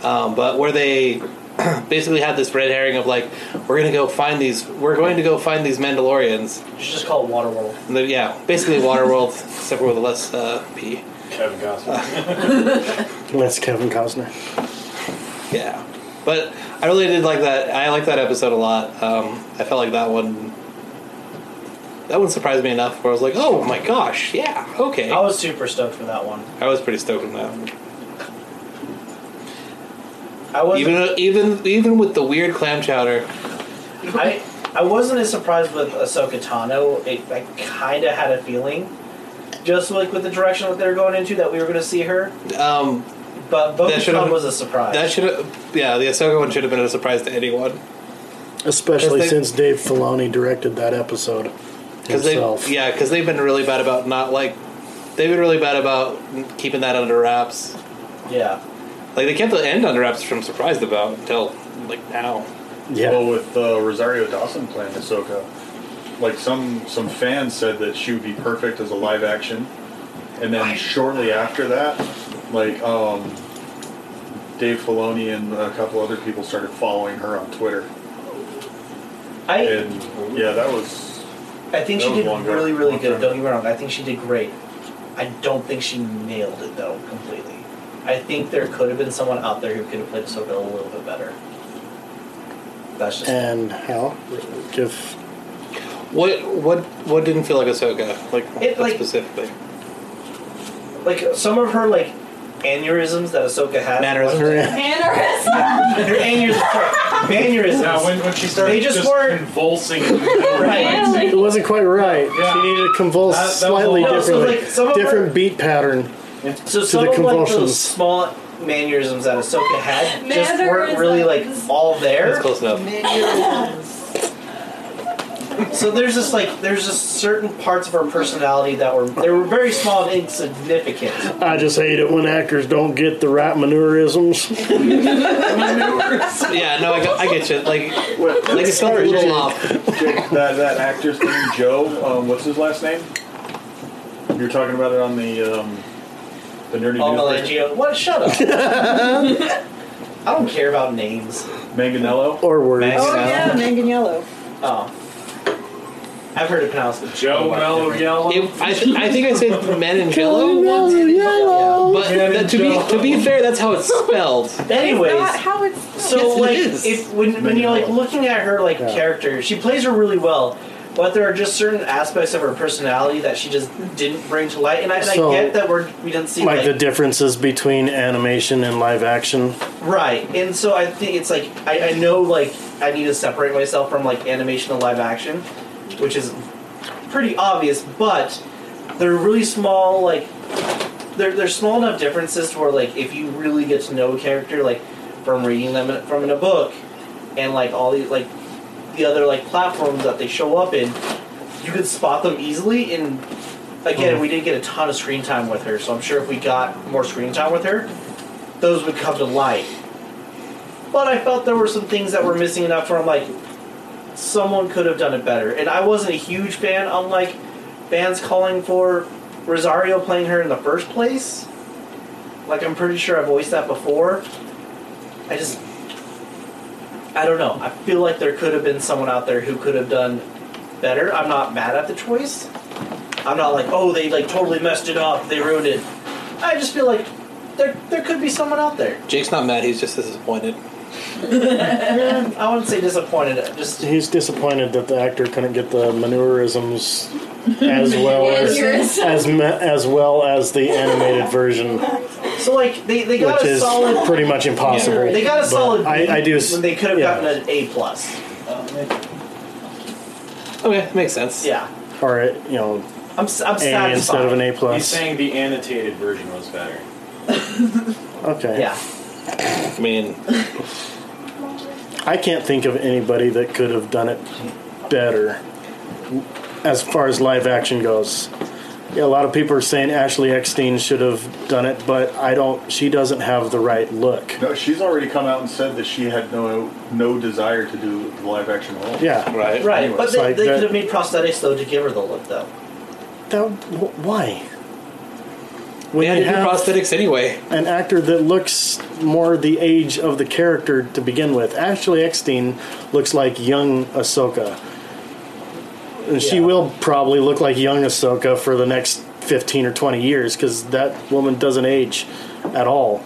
Um, but where they basically had this red herring of like, we're gonna go find these. We're going to go find these Mandalorians.
You should just call it Waterworld.
And then, yeah, basically Waterworld, except for with less uh, P.
Kevin
Uh,
Costner.
That's Kevin Costner.
Yeah, but I really did like that. I like that episode a lot. Um, I felt like that one. That one surprised me enough where I was like, "Oh my gosh, yeah, okay."
I was super stoked for that one.
I was pretty stoked on that.
I wasn't.
Even even even with the weird clam chowder,
I I wasn't as surprised with Ahsoka Tano. It, I kind of had a feeling, just like with the direction that they were going into, that we were going to see her.
um,
But Bo
That should've-
Katan was a surprise.
that should have yeah, the Ahsoka one should have been a surprise to anyone Because
Especially
they-
since Dave Filoni directed that episode
because they
himself.
yeah because they've been really bad about not like they've been really bad about keeping that under wraps.
yeah,
Like they kept the end under wraps, which I'm surprised about until like now.
Yeah.
Well, with uh, Rosario Dawson playing Ahsoka, like some some fans said that she would be perfect as a live action, and then shortly after that, like um, Dave Filoni and a couple other people started following her on Twitter,
I
and yeah, that was
I think
that
she
was
did
long ago.
really really
Long
good.
time
Don't get me wrong. I think she did great. I don't think she nailed it though completely. I think there could have been someone out there who could have played Ahsoka a little bit better. That's
Uh,
just
And how? If
What what what didn't feel like Ahsoka? Like
It,
what
like-
specifically?
like some of her like aneurysms that Ahsoka has.
Mannerisms.
Her aneurysms. aneurysms.
now, when, when she started
They just
just
weren't-
convulsing, in the middle,
Right.
it wasn't quite right.
Yeah.
She needed to convulse
That- that was
slightly
a lot.
No, so,
differently.
like, some of
Different
her-
beat pattern.
So some
to the
of like
convulsions.
those small mannerisms that Ahsoka had just weren't really like all
That's
there.
close enough.
So there's just like there's just certain parts of her personality that were they were very small and insignificant.
I just hate it when actors don't get the right maneurisms.
Yeah, no, I, get- I get you. Like
Wait,
like it felt a
sorry,
little
Jake.
off.
Jake, that that actor's name Joe. Um, what's his last name? You were talking about it on the um, the nerdy
All
news. thing.
Melangio. What? Shut up. I don't care about names.
Manganello.
or words.
Manganello.
Oh yeah, Manganiello.
Oh. I've heard it pronounced
Joe Mello Yellow.
It- I, th- I think I said Manangelo once,
Yellow.
but that, to be to be fair, that's how it's spelled.
Anyways,
Not how it's
So
Yes, it
like
is.
if when when you're like looking at her like
Yeah.
character, she plays her really well. But there are just certain aspects of her personality that she just didn't bring to light, and I, and I
So-
get that we're, we didn't see
Like the differences between animation and live action.
right. And so I think it's like I, I know like I need to separate myself from like animation and live action, which is pretty obvious. But they're really small like they're they're small enough differences to where like if you really get to know a character like from reading them in- from in a book and like all these like the other like platforms that they show up in, you could spot them easily. And again, we didn't get a ton of screen time with her, so I'm sure if we got more screen time with her, those would come to light. But I felt there were some things that were missing enough where I'm like, someone could have done it better. And I wasn't a huge fan on like fans calling for Rosario playing her in the first place. Like I'm pretty sure I voiced that before. I just I don't know. I feel like there could have been someone out there who could have done better. I'm not mad at the choice. I'm not like, oh, they like totally messed it up. They ruined it. I just feel like there there could be someone out there.
Jake's not mad. He's just disappointed.
Yeah, I wouldn't say disappointed. uh, Just
He's disappointed that the actor couldn't get the maneurisms as well as
Mannerisms.
as me- as well as the animated version,
so like they, they got
which
a
is
solid
pretty much impossible.
They got a
but
solid.
I, I do. s-
When they could have
yeah.
gotten an A plus.
Okay, makes sense.
Yeah.
Or you know,
I'm, s- I'm
A
satisfied.
instead of an A
He's
plus.
saying the annotated version was better.
Okay.
Yeah.
I mean,
I can't think of anybody that could have done it better as far as live action goes. Yeah, a lot of people are saying Ashley Eckstein should have done it, but I don't. She doesn't have the right look.
No, she's already come out and said that she had no no desire to do the live action role.
Yeah.
Right.
Right,
Anyway,
but
it's
they,
like
they
that-
could have made prosthetics though to give her the look though.
That wh- why?
we had to do
have-
prosthetics anyway.
An actor that looks more the age of the character to begin with. Ashley Eckstein looks like young Ahsoka. And she will probably look like young Ahsoka for the next 15 or 20 years because that woman doesn't age at all.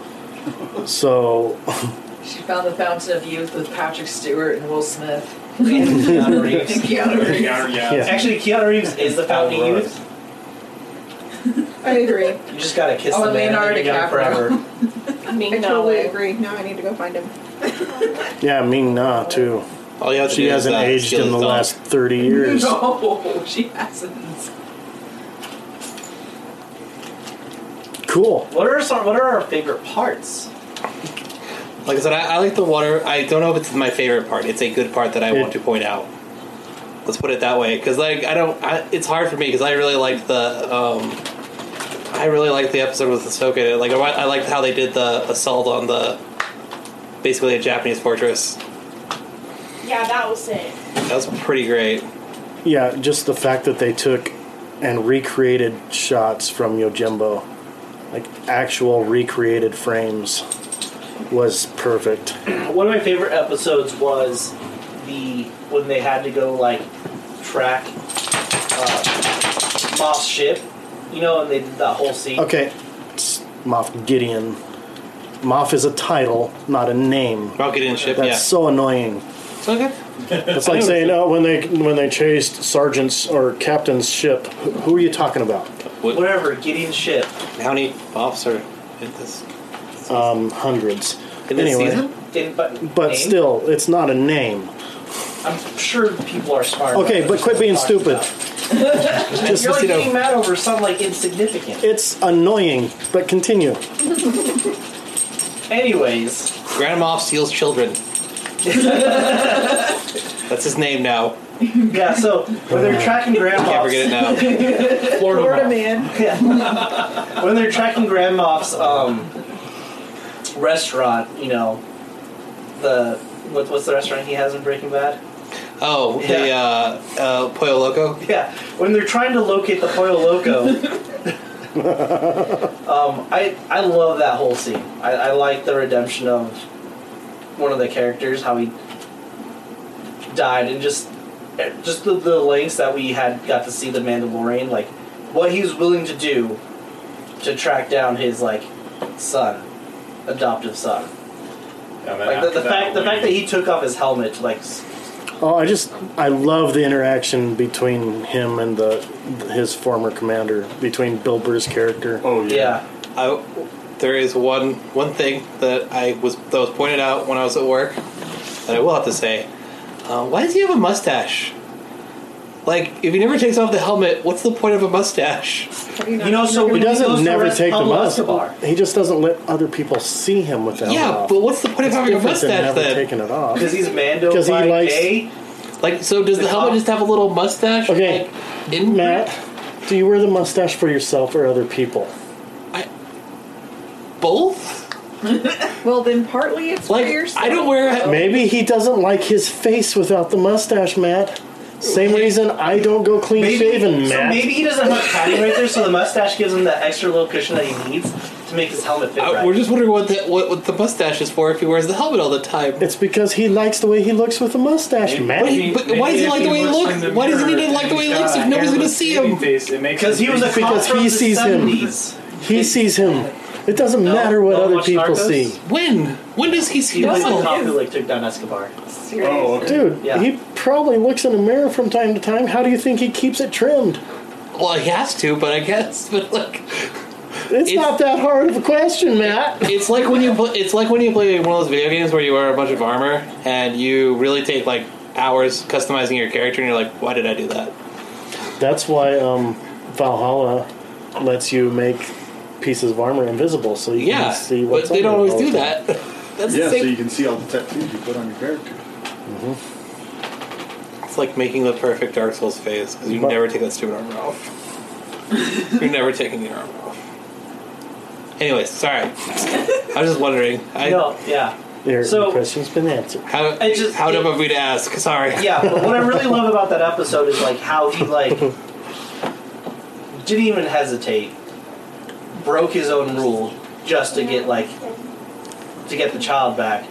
So,
She found the fountain of youth with Patrick Stewart and Will Smith.
Keanu Reeves.
And Keanu Reeves.
Yeah. Oh,
Actually, Keanu Reeves is the fountain of youth.
I agree.
You just gotta kiss
Oh,
the man
Leonardo
and you're
DiCaprio.
young forever.
I totally agree. Now I need to go find him.
yeah, Ming Na too.
All you have to
She
do is,
hasn't
uh,
aged
steal
in
his
the
dog.
last 30 years.
No, she hasn't.
Cool.
What are some? What are our favorite parts?
Like I said, I, I like the water. I don't know if it's my favorite part. It's a good part that I want to point out. Let's put it that way, because like I don't. I, it's hard for me because I really liked the. Um, I really liked the episode with Ahsoka. Like I, I liked how they did the assault on the, basically a Japanese fortress.
Yeah, that was it.
That was pretty great.
Yeah, just the fact that they took and recreated shots from Yojimbo, like actual recreated frames, was perfect.
One of my favorite episodes was the when they had to go like track uh, Moss ship, you know, and they did that whole scene.
Okay, it's Moff Gideon. Moff is a title, not a name.
Moff Gideon ship,
That's
yeah.
so annoying.
It's okay.
It's like saying, oh, when they when they chased sergeant's or captain's ship, who, who are you talking about?
Whatever, Gideon's ship.
How many officer in this?
Um, hundreds.
In this
anyway,
season?
Didn't but
but
name?
still, it's not a name.
I'm sure people are smart.
Okay,
about
but
it.
quit being stupid.
Just
Just
You're like
you know-
getting mad over something like insignificant.
It's annoying, but continue.
Anyways,
Grand Moff steals children. That's his name now.
yeah. So when they're tracking grandmas,
Can't forget it now.
Florida,
Florida
Moss.
man.
Yeah. when they're tracking grandma's um, restaurant, you know, the what, what's the restaurant he has in Breaking Bad?
Oh, the
Yeah.
uh, uh, Pollo Loco.
Yeah, when they're trying to locate the Pollo Loco. um, I I love that whole scene. I, I like the redemption of one of the characters, how he died, and just just the, the lengths that we had got to see the Mandalorian, like what he was willing to do to track down his like son, adoptive son.
Yeah, but
Like the,
after
the
that
fact the fact that
whole-
he took off his helmet, to, like s-
Oh, I just I love the interaction between him and the his former commander, between Bill Burr's character.
Oh yeah.
yeah.
I, there is one one thing that I was that was pointed out when I was at work that I will have to say. Uh, why does he have a mustache? Like, if he never takes off the helmet, what's the point of a mustache?
Have you not
You know, so
He
when
doesn't
goes to
never
arrest
take the
Pablo
mask.
Escobar,
He just doesn't let other people see him with the helmet
yeah,
off.
but what's the point of having a
Different than
mustache
never
then?
taking it off.
Because he's Mando
'Cause he
by
likes-
day.
Like, so does the,
The
helmet
top.
just have a little mustache?
Okay.
like, in
Matt, do you wear the mustache for yourself or other people?
both?
Well, then partly it's
Like,
for yourself.
I don't wear. a-
Maybe he doesn't like his face without the mustache, Matt. Same reason I don't go clean shaven,
so
Matt.
maybe he doesn't have padding right there, so the mustache gives him that extra little cushion that he needs to make his helmet fit
I-
right.
We're just wondering what the, what, what the mustache is for if he wears the helmet all the time.
it's because he likes the way he looks with a mustache, Matt.
Maybe-
but
maybe
why does he
if
like the way he
looks
looks?
in the
Why doesn't he
mirror
like the way he
and he's
looks
got
if
a
nobody's gonna
hairless
see him?
baby Face, it makes
because he was a
face-
cop
Because
from
he
the
sees him.
70s.
He sees him.
It doesn't matter what
Don't
other
watch
people
Narcos?
see.
When? When does he
He was the cop who like took down Escobar.
Oh.
Oh,
Dude,
Yeah.
he probably looks in a mirror from time to time. How do you think he keeps it trimmed?
Well, he has to, but I guess. But like,
It's, not that hard of a question, Matt.
it's like when you pl- it's like when you play one of those video games where you wear a bunch of armor and you really take like hours customizing your character, and you're like, why did I do that?
That's why um, Valhalla lets you make pieces of armor invisible, so you
Yeah,
can see
but
what's
they
on
don't
it
always
all the
do
time.
that. That's
yeah,
the same.
so you can see all the tattoos you put on your character.
Mhm.
It's like making the perfect Dark Souls face because you never take that stupid armor off. You're never taking the armor off. Anyways, sorry. I was just wondering. I,
no, yeah.
Your,
So-
your question's been answered.
How,
I just-
how dumb of me to ask? Sorry.
Yeah, but what I really love about that episode is like how he like didn't even hesitate, broke his own rule just to get like to get the child back.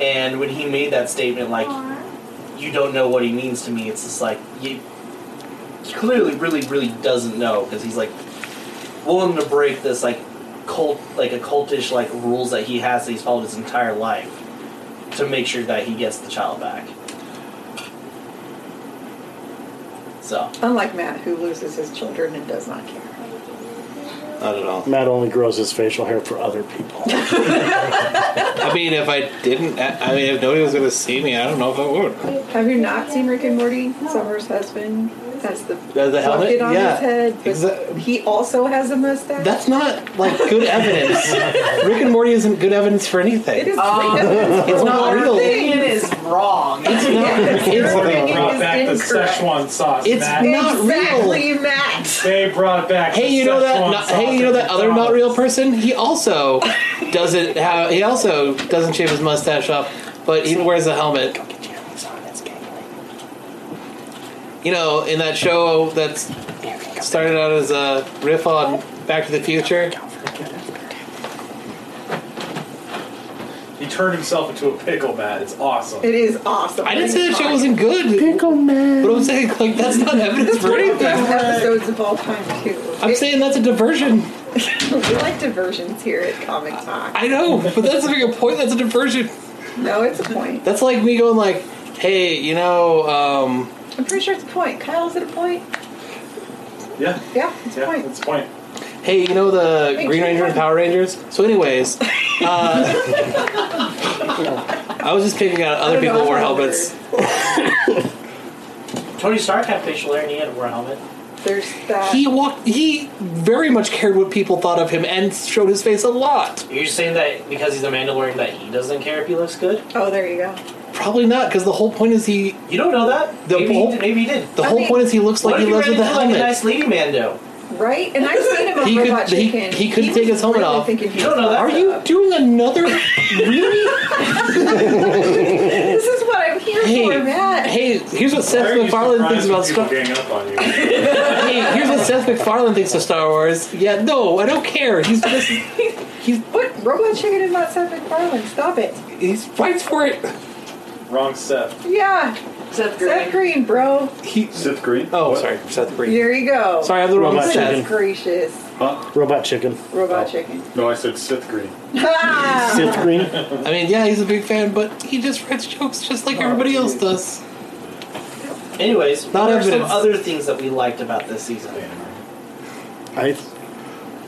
And when he made that statement, like you don't know what he means to me, it's just like you he clearly really really doesn't know because he's like willing to break this like cult like a cultish like rules that he has that he's followed his entire life to make sure that he gets the child back. So
Unlike Matt, who loses his children and does not care.
Not at all.
Matt only grows his facial hair for other people.
I mean, if I didn't, I I mean, if nobody was going to see me, I don't know if I would.
Have you not seen Rick and Morty? Summer's husband has the
The, the helmet?
bucket on
yeah.
his head, but
Exa-
he also has a mustache.
That's not, like, good evidence. Rick and Morty isn't good evidence for anything.
It is
Um,
great evidence.
It's not
Our
real.
opinion is wrong.
It's not. It's
Your
not.
opinion
Brought
is
back the
incorrect.
Szechuan sauce.
It's
Matt.
not real.
exactly Matt.
They brought back.
Hey,
the
you know that?
Szechuan
Not,
sauce
hey, you know
at
that other not
McDonald's.
real person? He also doesn't have. He also doesn't shave his mustache off, but he wears a helmet. You know, in that show that's started out as a riff on Back to the Future.
He turned himself into a pickle, Matt. It's awesome.
It is awesome.
I didn't say that show wasn't good.
Pickle man.
But I'm saying like that's not evidence
It's
for
one of the
anything.
best episodes of all time, too.
I'm saying that's a diversion.
we like diversions here at Comic Talk.
I know, but that's not a point. That's a diversion.
No, it's a point.
That's like me going like, hey, you know, um,
I'm pretty sure it's a point. Kyle, is it a point?
Yeah,
Yeah, it's a
yeah.
point.
That's the point.
Hey, you know the
Hey,
Green
sure.
Ranger and Power Rangers? So, anyways, uh, I was just picking out
I
other
don't know
people who wore
if I've
helmets.
Tony Stark had facial hair and he had to wear a helmet.
There's that.
He walked. He very much cared what people thought of him and showed his face a lot.
You're just saying that because he's a Mandalorian that he doesn't care if he looks good?
oh, there you go.
Probably not, because the whole point is he.
You don't know that?
The
maybe,
whole-
he, did- maybe he did.
The
I
whole
mean,
point is he looks
what
like
if
he
he
lives
ran
with a
into, like a
helmet.
nice lady man though?
Right? And I've seen him on
He could-
Robot
he-
Chicken.
he couldn't take
was
his helmet
really
off.
Thinking he
You don't
was
know that?
Are
awesome.
you doing another? really?
This is what I'm here for,
Hey,
Matt.
hey. Here's
Why
what Seth
are you
MacFarlane thinks
surprised when
about
people
Star.
gang up on you?
Hey, here's what Seth MacFarlane thinks of Star Wars. Yeah, no, I don't care. He's just, he's
What? Robot Chicken is not Seth MacFarlane. Stop it.
he's fights for it.
Wrong Seth.
Yeah.
Seth Green.
Seth Green, bro.
He.
Sith Green?
Oh,
What?
sorry, Seth Green.
Here you go.
Sorry, I have the wrong
Robot
Seth.
chicken.
Gracious.
Huh?
Robot chicken.
Robot
Oh.
Chicken.
No, I said Sith Green.
Ah!
Sith green.
I mean, yeah, he's a big fan, but he just writes jokes just like everybody else does.
Anyways,
Not
what are some
evidence.
other things that we liked about this season?
I th-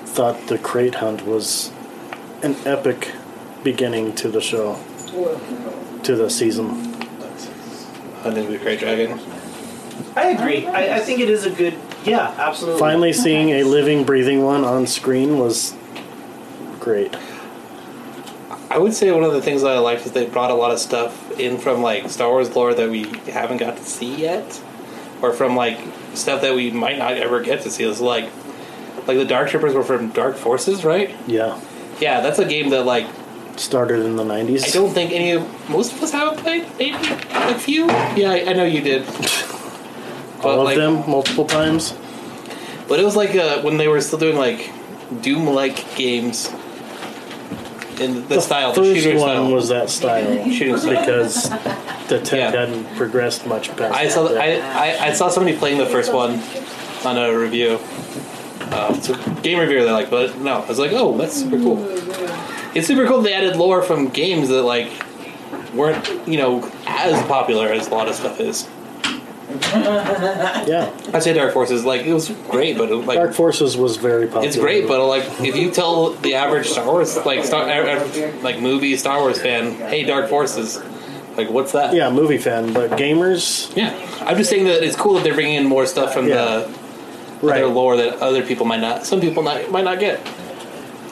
thought the crate hunt was an epic beginning to the show, to the season.
Hunting the Great Dragon.
I agree. I, I think it is a good yeah, absolutely.
Finally, seeing a living, breathing one on screen was great.
I would say one of the things that I liked is they brought a lot of stuff in from like Star Wars lore that we haven't got to see yet, or from like stuff that we might not ever get to see. It's like, like the Dark Troopers were from Dark Forces, right?
Yeah,
Yeah, that's a game that like
started in the
I
'90s.
don't think any of most of us haven't played. Maybe a few. Yeah, I, I know you did.
All
But,
of
like-
them multiple times.
But it was like uh, when they were still doing like Doom-like games in the, style, the
first
shooter
one
style.
was that style
Shooting style.
because the tech
Yeah.
hadn't progressed much past.
I saw
that.
I, I, I saw somebody playing the first one on a review, Um, so game reviewer, they're like, but no, I was like, oh, that's super cool. It's super cool. They added lore from games that like weren't you know as popular as a lot of stuff is.
yeah.
I say Dark Forces, like it was great, but it, like
Dark Forces was very popular.
it's great, but like if you tell the average Star Wars like Star average, like movie Star Wars fan, hey, Dark Forces, like what's that?
Yeah, movie fan, but gamers.
Yeah, I'm just saying that it's cool that they're bringing in more stuff from the
Right.
other lore that other people might not, some people not, might not get.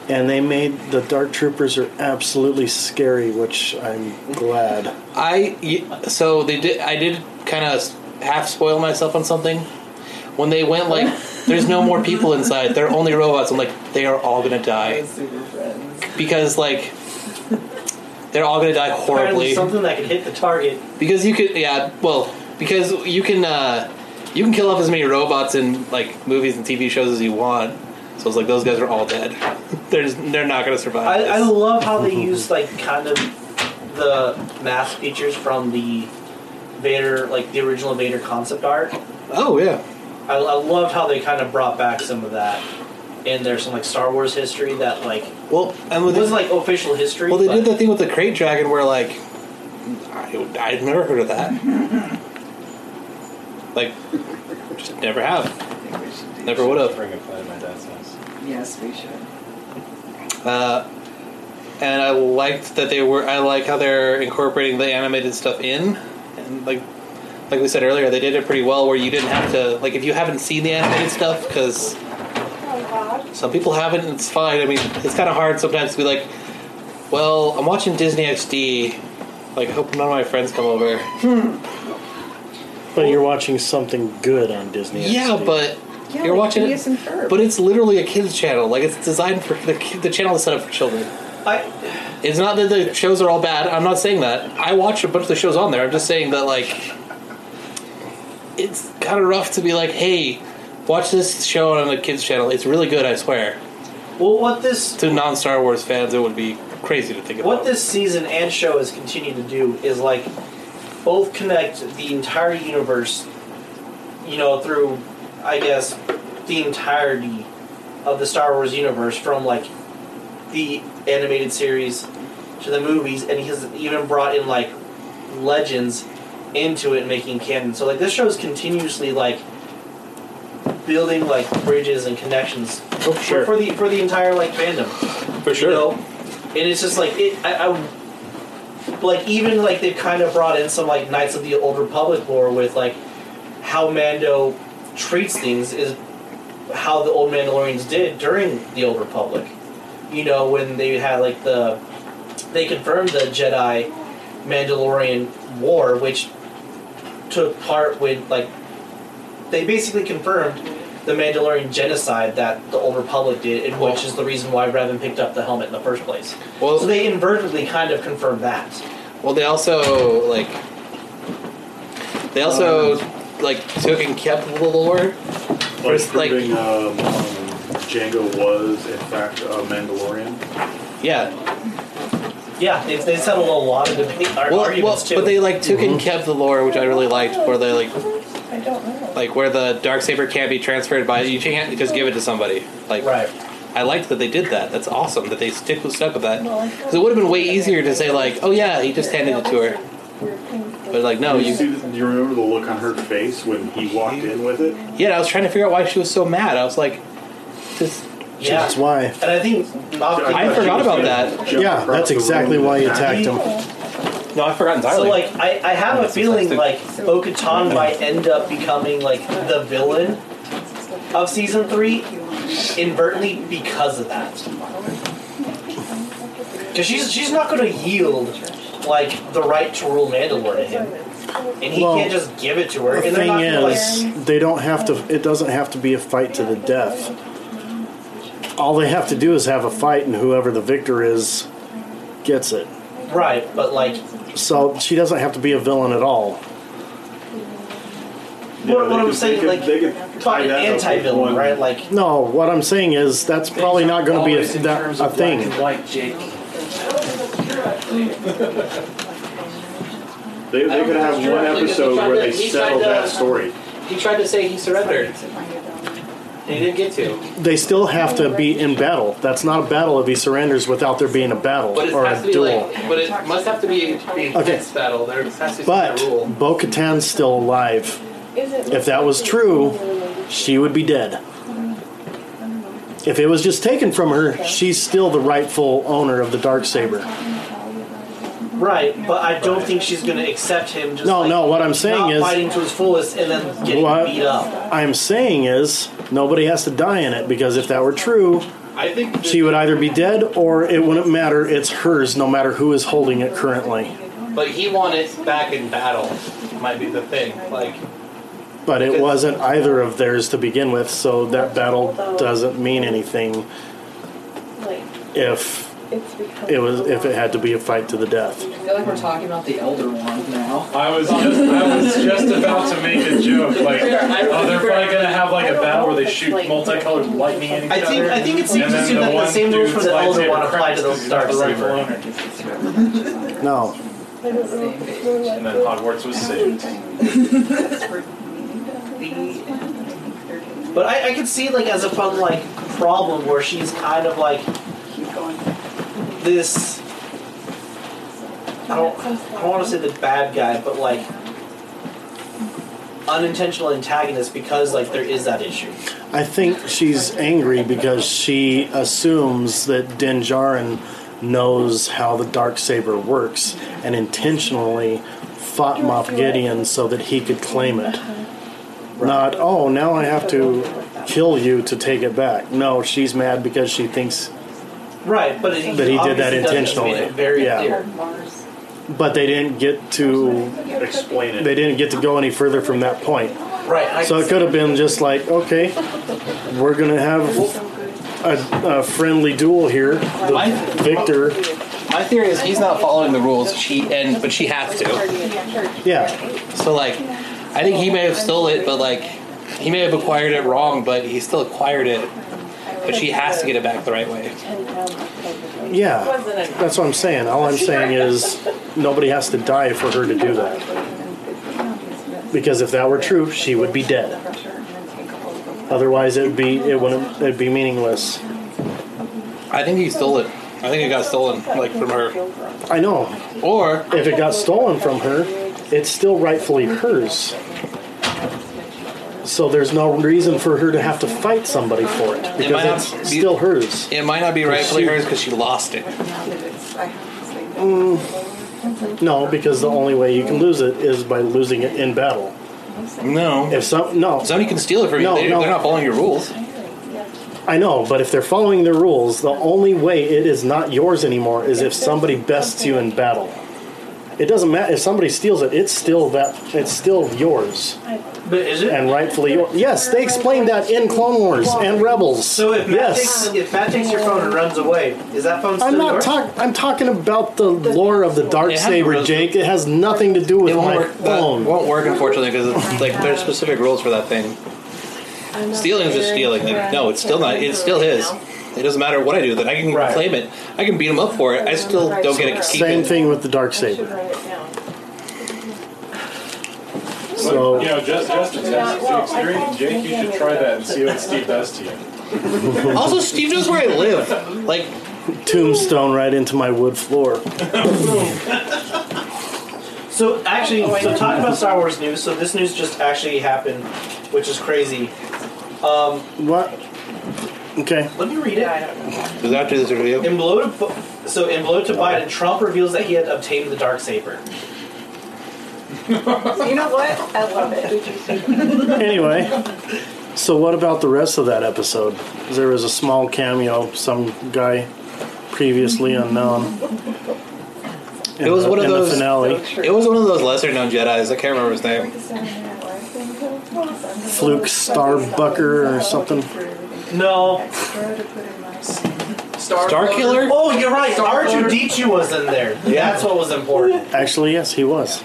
And they made the Dark Troopers are absolutely scary, which I'm glad.
I y- so they did. I did kind of half spoil myself on something when they went like, "There's no more people inside. They're only robots." I'm like, they are all gonna die because like they're all gonna die
Apparently
horribly.
something that could hit the target.
Because you could, yeah, well, because you can, uh, you can kill off as many robots in like movies and TV shows as you want. So it's like those guys are all dead. they're just, they're not gonna survive.
I, I
this.
love how they use like kind of the math features from the Vader, like the original Vader concept art.
Oh yeah.
I, I loved how they kind of brought back some of that. And there's some like Star Wars history that like
well, and with-
wasn't like official history.
Well, they
but
did the thing with the crate dragon where like I, I've never heard of that. like, just never have. Never would have.
Bring a plan to my dad's house.
Yes, we should.
Uh, and I liked that they were. I like how they're incorporating the animated stuff in, and like, like we said earlier, they did it pretty well. Where you didn't have to like if you haven't seen the animated stuff because some people haven't. and It's fine. I mean, it's kind of hard sometimes to be like, well, I'm watching Disney XD. Like, hope none of my friends come over.
But you're watching something good on Disney.
Yeah,
XD.
but
Yeah,
you're
like
watching
Phineas and Ferb.
it. But it's literally a kids channel. Like it's designed for the kid- the channel is set up for children.
I.
It's not that the shows are all bad. I'm not saying that. I watch a bunch of the shows on there. I'm just saying that like it's kind of rough to be like, hey, watch this show on a kids channel. It's really good. I swear.
Well, what this
to non Star Wars fans, it would be crazy to think about.
what this season and show has continued to do is like both connect the entire universe, you know, through I guess the entirety of the Star Wars universe from like the animated series to the movies, and he has even brought in like legends into it, making canon. So like this show is continuously like building like bridges and connections for-
Oh, sure.
for the for the entire like fandom.
For sure.
You know? And it's just like it. I, I like even like they kind of brought in some like Knights of the Old Republic lore with like how Mando treats things is how the old Mandalorians did during the Old Republic. You know when they had like the they confirmed the Jedi Mandalorian war, which took part with like they basically confirmed the Mandalorian genocide that the Old Republic did, and which is the reason why Revan picked up the helmet in the first place.
Well-
so they inadvertently kind of confirmed that.
Well, they also like they also
Um.
like took and kept the lore.
Like
First, like
proving um, Django was in fact a Mandalorian.
yeah,
Yeah, they, they settled a lot of debate ar-
well, well,
arguments too.
but they like took and kept the lore, which I really liked. Where they like
I don't know.
like where the dark saber can't be transferred by you can't just give it to somebody. Like
right.
I liked that they did that. That's awesome that they stick with stuck with that. Because it would have been way easier to say like, oh yeah, he just handed it to her. But like no,
Do you
Oh, you
see? The, do you remember the look on her face when he walked in with it?
yeah. I was trying to figure out why she was so mad. I was like, just
Yeah.
That's why.
And I think Moff
Oh, I
Gideon-
forgot about that.
Yeah, that's exactly why you attacked him.
No, I forgot
So
entirely.
like, I, I have a feeling like Bo-Katan might end up becoming like the villain of season three, inadvertently because of that. Because she's she's not going to yield like the right to rule Mandalore to him, and he
Well,
can't just give it to her.
The
and they're
thing
not gonna, like,
is, they don't have to. It doesn't have to be a fight to the death. All they have to do is have a fight, and whoever the victor is gets it.
right, but like
So she doesn't have to be a villain at all.
what, what I'm saying,
could-
like
they could
find an
that up with
anti-villain,
one-
right? Like
No, what I'm saying is that's probably not going to be
Always
a,
in
that,
terms
a
of black
thing.
and white, Jake.
They, they could have one episode where they settle that story.
He tried to say he surrendered. They didn't get to.
They still have to be in battle. That's not a battle if he surrenders without there being a battle
But it
or
has
a
to be
duel.
like. But it must have to be a a intense battle. There has to be
but
some rule.
Bo Katan's still alive. If that was true, she would be dead. If it was just taken from her, she's still the rightful owner of the dark saber.
Right, but I don't think she's going to accept him just
No,
like,
no, what I'm saying
not
is-
fighting to his fullest and then getting
What
beat up.
I'm saying is nobody has to die in it because if that were true,
I think
she would either be dead or it wouldn't matter. It's hers, no matter who is holding it currently.
But he won it back in battle. Might be the thing. Like
But it wasn't either of theirs to begin with, so that battle doesn't mean anything
Like,
if
it's because.
it was if it had to be a fight to the death.
I feel like we're talking about the Elder Wand now.
I was just, I was just about to make a joke. Like, oh, they're probably gonna have like a battle where they shoot multicolored lightning at each
I think-
other.
I think it seems
and
to
then
seem that the
one
same rules
dude's
for the Elder
lightsaber
Wand apply
cracks
to those
'cause he's not the
Dark
rightful
Saber.
owner.
No.
And then Hogwarts was saved.
But I, I could see like as a fun like problem where she's kind of like this. I don't. I don't want to say the bad guy, but like unintentional antagonist because like there is that issue.
I think she's angry because she assumes that Dinjarin knows how the dark saber works and intentionally fought Moff Gideon so that he could claim it. Not oh now I have to kill you to take it back. No, she's mad because she thinks
Right, but it,
That he did that
obviously doesn't. It's
intentionally.
made it very
Yeah.
clear.
but they didn't get to
Explain
They didn't get to go any further from that point.
Right. I
So it could have been just like, okay, we're gonna have a, a friendly duel here. The victor,
my theory is he's not following the rules. She and but she has to.
yeah.
So like, I think he may have stole it, but like, he may have acquired it wrong, but he still acquired it. But she has to get it back the right way.
Yeah, that's what I'm saying. All I'm saying is nobody has to die for her to do that. Because if that were true, she would be dead. Otherwise, it'd be it wouldn't it'd be meaningless.
I think he stole it. I think it got stolen, like from her.
I know.
Or
if it got stolen from her, it's still rightfully hers. So there's no reason for her to have to fight somebody for it
It might not
because it's still hers.
It might not be rightfully hers because she lost it.
Mm, no, because the only way you can lose it is by losing it in battle.
No.
If some no,
somebody can steal it from you.
No,
they,
no.
They're not following your rules.
I know, but if they're following the rules, the only way it is not yours anymore is if somebody bests you in battle. It doesn't matter if somebody steals it; it's still that it's still yours.
But is it?
And rightfully yours. Yes, they explained that in Clone Wars and Rebels.
So if Matt
yes,
takes if Matt takes your phone and runs away, is that phone still
I'm not
yours?
talking. I'm talking about the lore of the dark
It has
saber,
rules.
Jake. It has nothing to do with
It won't
my
work. That
phone.
won't work unfortunately because like there's specific rules for that thing. Stealing is just stealing. And no, it's still not. It's still his. It doesn't matter what I do. with it. I can claim it. I can beat him up for it. I still don't get to keep
Same
it.
thing with the dark saber. So-
you know, just just to test this experience, Jake, you should try that and see what Steve does to you.
Also, Steve knows where I live. Like,
Tombstone right into my wood floor.
So actually, so talk about Star Wars news. So this news just actually happened, which is crazy. Um,
what? Okay.
Let me read it.
Because after this video,
In blow to so in blow to Biden, Trump reveals that he had obtained the dark saber.
you know what? I love it.
Anyway, so what about the rest of that episode? There was a small cameo, some guy previously unknown.
it was
the-
one of
in the
those.
finale.
It was one of those lesser known Jedi's. I can't remember his name.
Fluke Starbucker or something.
No.
Star,
Killer? Oh, you're right. R two D two was in there.
Yeah.
That's what was important.
Actually, yes, he was.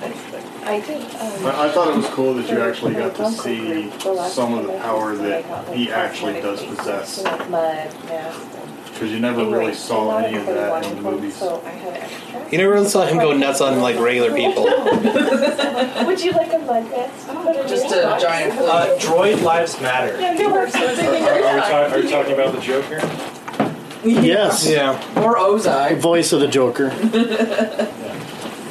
I did.
um,
I I thought it was cool that you actually got to see some of the power that he actually does possess. Because you never really saw any of that in the movies.
You never really saw him go nuts on like regular people.
Would you like a mud vest?
Just a giant blue.
Uh, droid lives matter.
Yeah, no, we're
Are, are we ta- are you talking about the Joker?
Yes.
Yeah.
Or Ozai.
Voice of the Joker.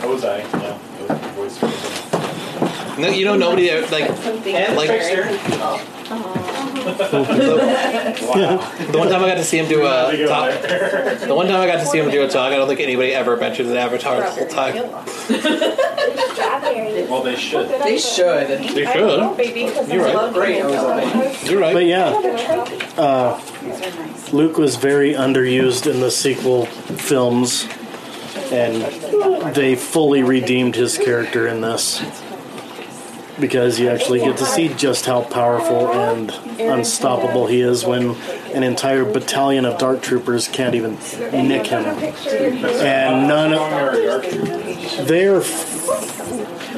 Ozai, yeah. Ozai, voice for Ozai.
No, you know nobody that like like the one time I got to see him do a talk. The one time I got to see him do a talk, I don't think anybody ever mentioned an avatar the whole time.
Well, they should.
They should.
They should. You're right.
Great Ozai.
You're right.
But yeah, uh, Luke was very underused in the sequel films, and they fully redeemed his character in this because you actually get to see just how powerful and unstoppable he is when an entire battalion of dark troopers can't even nick him, and none of they're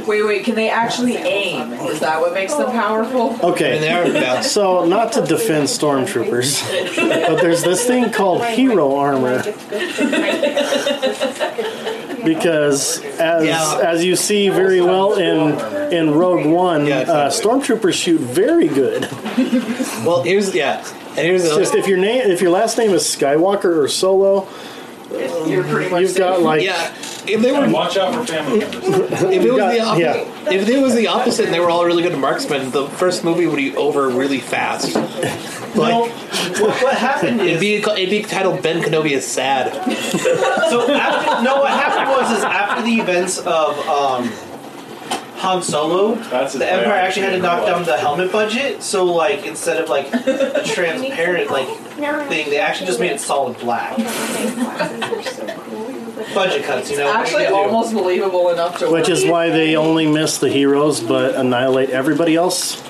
Wait, wait, can they actually aim? Is that what makes
Oh.
them powerful?
Okay. So, not to defend stormtroopers, but there's this thing called hero armor because, as as you see very well in in Rogue One, uh, stormtroopers shoot very good.
Well, here's yeah, and here's
It's
another-
just if your name if your last name is Skywalker or Solo,
You're pretty much
you've got like
yeah. If they were
watch out for family members.
If it was the opposite,
yeah.
if it was the opposite, and they were all really good marksmen, the first movie would be over really fast.
Well, what, what happened
It'd
is
be it'd be titled Ben Kenobi is sad.
so after no, what happened was is after the events of um, Han Solo,
his
the Empire
biography
actually had to
in
knock
real
down
life.
the helmet budget. So like instead of like a transparent like thing, they actually just made it solid black. budget cuts, you know. what are you
actually
gonna do?
almost believable enough to
which is why they only miss the heroes but annihilate everybody else.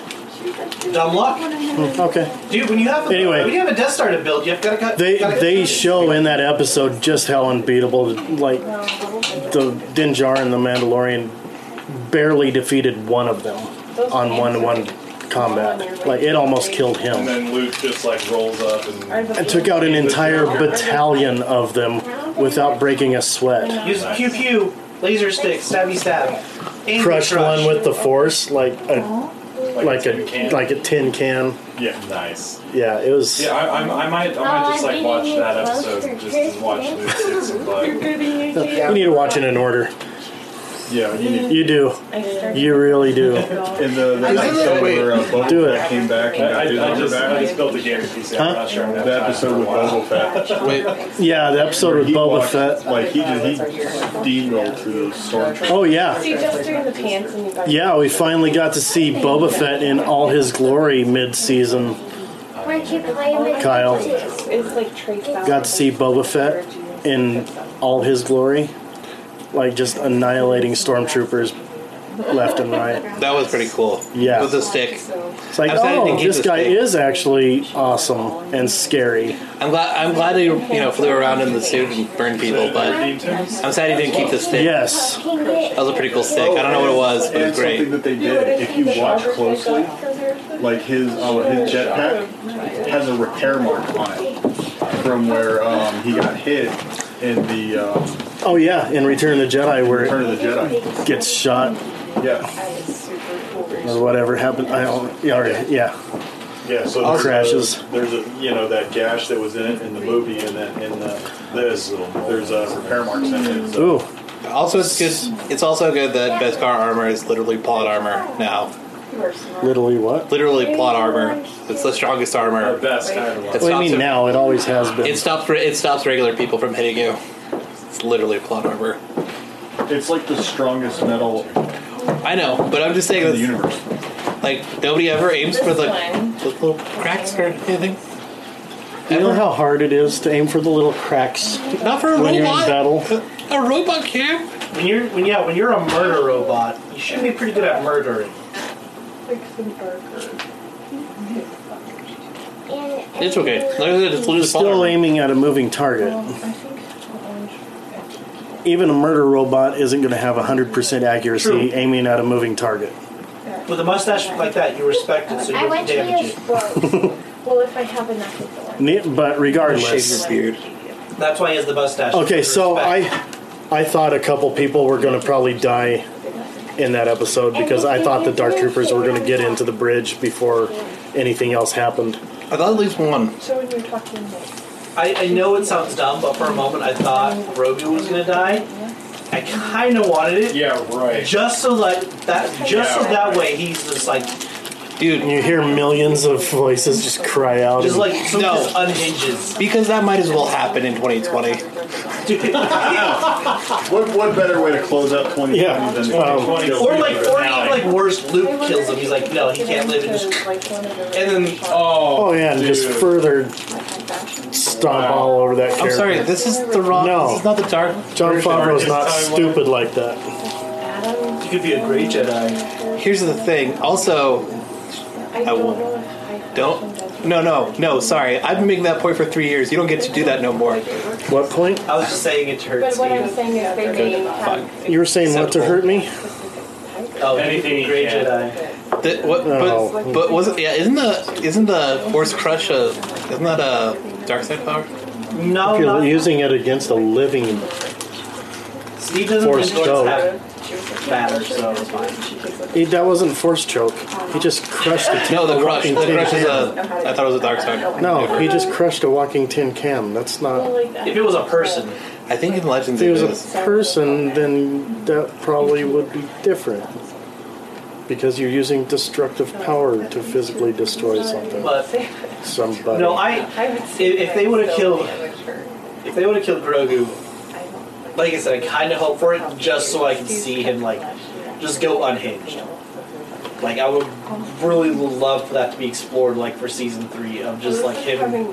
dumb luck,
Hmm, Okay.
dude. When you have a,
Anyway.
when you have a Death Star to build, you've got to cut.
They
gotta cut
they
budget.
show in that episode just how unbeatable like the Din Djarin and the Mandalorian barely defeated one of them on one to one combat. Like it almost killed
And
him.
then Luke just like rolls up and
And took out an entire battalion of them without breaking a sweat.
Use pew pew, laser stick, stabby stab. Angry
Crushed
crush.
one with the force like a
like,
like
tin
a
can.
like a tin can.
yeah, nice.
Yeah, it was
Yeah, I, I, I might, I might just like watch that episode just as watch Luke stick some butt.
you need to watch it in order.
Yeah, you need.
You do. You really do.
In the, the
I-
episode where uh, Boba
Do it.
Fett came back
I,
and got his
I, I
armor
just, I
back.
just built a game PC. I'm not sure I'm gonna
That
have time
episode
for a
with
while.
Boba Fett.
Wait,
Yeah, the episode with
He
Boba
walked-
Fett.
Like he just he steamrolled through those stormtroopers.
Oh yeah.
See, just doing the pants and you got
Yeah, we finally got to see Boba Fett in all his glory mid-season.
Weren't you playing with
Kyle.
it?
It's like traced out.
Got to see Boba Fett in all his glory, like just annihilating stormtroopers left and right.
that was pretty cool.
Yeah.
with the stick.
It's like,
I'm sorry I
oh,
didn't get
this
this
guy
thing.
is actually awesome and scary.
I'm glad I'm glad he you know flew around in the suit and burned people, but I'm sad he didn't keep the stick.
Yes,
That was a pretty cool stick. I don't know what it was, but it
and
was great.
something that they did, if you watch closely, like his uh, his jetpack has a repair mark on it from where um, he got hit in the um,
oh yeah, in Return of the Jedi
Return
where
of the Jedi.
it gets shot
Yeah,
or whatever happened. I don't. Yeah, alright, yeah.
yeah. So there's
Crashes.
A, there's a you know that gash that was in it in the movie, and then in the this there's a repair marks in it. So
Ooh,
Also, it's just it's also good that Beskar armor is literally plot armor now.
literally what?
Literally plot armor. It's the strongest
Our
armor.
best kind of one.
It
What do you
stops
mean
it-
now? It always has been.
It stops it stops regular people from hitting you. It's literally plot armor.
it's like the strongest metal
I know, but I'm just saying
in the
that's
universe.
like nobody ever aims for the,
one.
the little cracks or anything.
You know
Ever.
how hard it is to aim for the little cracks
Not for a
when you're in
robot.
battle?
A robot camp.
When you're when yeah when you're a murder robot, you should be pretty good at murdering.
It's okay. Like I said, it's literally plot
Still
armor.
aiming at a moving target. Even a murder robot isn't going to have 100% accuracy
True.
aiming at a moving target.
With a mustache like that, you respect it, so
I
you
went
don't
to
damage
use
it.
both. well, if I have enough of the
Ne- But regardless.
Shave your beard.
That's why he has the mustache.
Okay, so I I thought a couple people were going to probably die in that episode because I thought the Dark Troopers were going to get into the bridge before anything else happened.
I thought at least one.
So when you're talking about
I, I know it sounds dumb, but for a moment I thought Grogu was gonna die. I kind of wanted it.
Yeah, right.
Just so like that, just so
Yeah,
that way he's just like,
dude,
you hear millions of voices just cry out.
just
and-
like so no. just unhinges.
Because that might as well happen in 2020.
what, what better way to close up 2020
Yeah.
than
Um,
or like, or even like worse, Luke kills him. He's like, no, he can't live. And, just, and then
oh, yeah, and just further stomp all over that character.
I'm sorry, this is the wrong.
No.
This is not the dark.
John
version.
Favreau's not stupid like that.
Oh. you could be a great Jedi.
Here's the thing. Also, I won't. Don't. No, no, no. Sorry, I've been making that point for three years. You don't get to do that no more.
What point?
I was just saying it hurts.
But what I'm saying is they name
Fine.
You were saying what to hurt me?
Oh, anything great Jedi.
The, what, but but was it, yeah? Isn't the isn't the Force Crush a isn't that a dark side power?
No,
Oh,
If you're
not-
using it against a living
Steve doesn't
Force
enjoy
choke.
having matter, so it's fine.
He, that wasn't force choke. He just crushed a tin,
No, the
a
crush. The
walking tin
crush is
can.
a. I thought it was a dark side.
No, he just crushed a walking tin can. That's not.
If it was a person,
I think in Legends
If he
it
was
is.
a person, then that probably would be different. Because you're using destructive power to physically destroy something.
but
Somebody.
no, I. If, if they would have killed, if they would have killed Grogu, like I said, I kind of hope for it just so I can see him like just go unhinged. Like I would really love for that to be explored, like for season three of just like him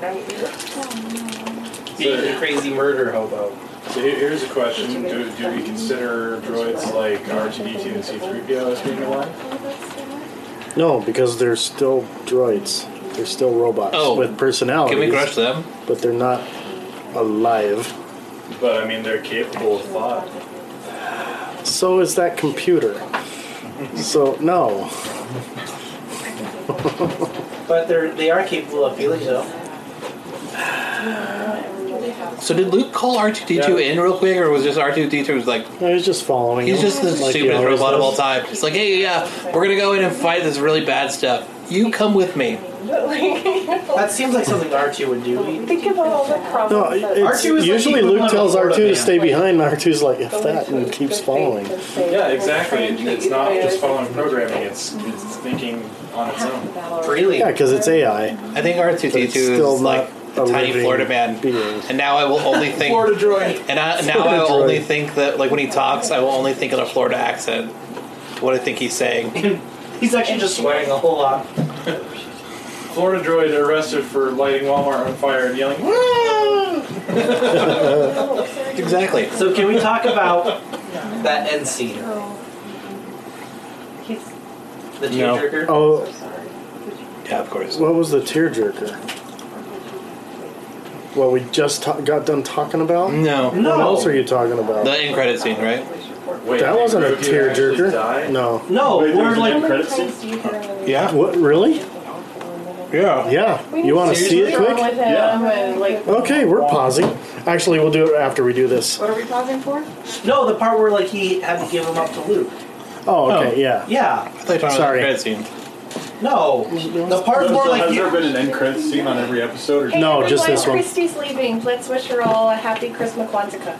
being a crazy murder hobo.
So here- here's a question: Do, do we consider droids like R2D2 and C3PO as being alive?
No, because they're still droids. They're still robots
Oh.
with personalities.
Can we crush them?
But they're not alive.
But I mean, they're capable of thought.
So is that computer. so, no.
But they're they are capable of feeling though.
So did Luke call R two D two in real quick, or was just R two D two was like
No, he's just following.
he's
him,
just the
like he
stupidest
always
robot of all
does.
time? It's like, hey, yeah, we're gonna go in and fight this really bad stuff. You come with me.
That seems like something R two would do.
Think about all the
No,
problems. that-
it's,
R2 is like
usually
the
Luke
equivalent
tells
of a
R2 to
Florida
stay
man.
behind, and R2's like, if that, and keeps following.
Yeah, exactly. It's not just following programming; it's it's thinking on its own.
Freely.
Yeah, because it's AI.
I think R two
But
D
it's
two is
still
like
not
a
a
tiny
living
Florida man,
being.
and now I will only think
Florida droid.
And I, now
Florida
I will
droid.
only think that like when he talks, I will only think in a Florida accent. What I think he's saying.
He's actually just swearing a whole lot.
Florida droid arrested for lighting Walmart on fire and yelling. "Wah!"
Exactly.
So can we talk about that end scene? The
No.
tearjerker.
Oh,
Yeah, of course.
what was the tearjerker? What we just ta- got done talking about?
Mm, No.
What
No.
else are you talking about?
The end credit scene, right?
Wait,
that wasn't a
Grogu actually
tearjerker.
died?
No.
No,
Wait,
we're
there's an
like
end credit scene?
Yeah.
What? Really?
Yeah.
Yeah. You want to see it quick?
Yeah.
Okay, we're pausing. Actually, we'll do it after we do this.
What are we pausing for?
No, the part where like he had to give him up to Luke.
Oh, okay. Yeah.
Yeah.
I thought you were talking about
Sorry.
the credit scene.
No. The part
So
where like
has there
he,
been an end credits scene on every episode? Or
Hey,
No,
everyone,
just this one.
Christy's leaving. Let's wish her all a happy Christmas Quantica.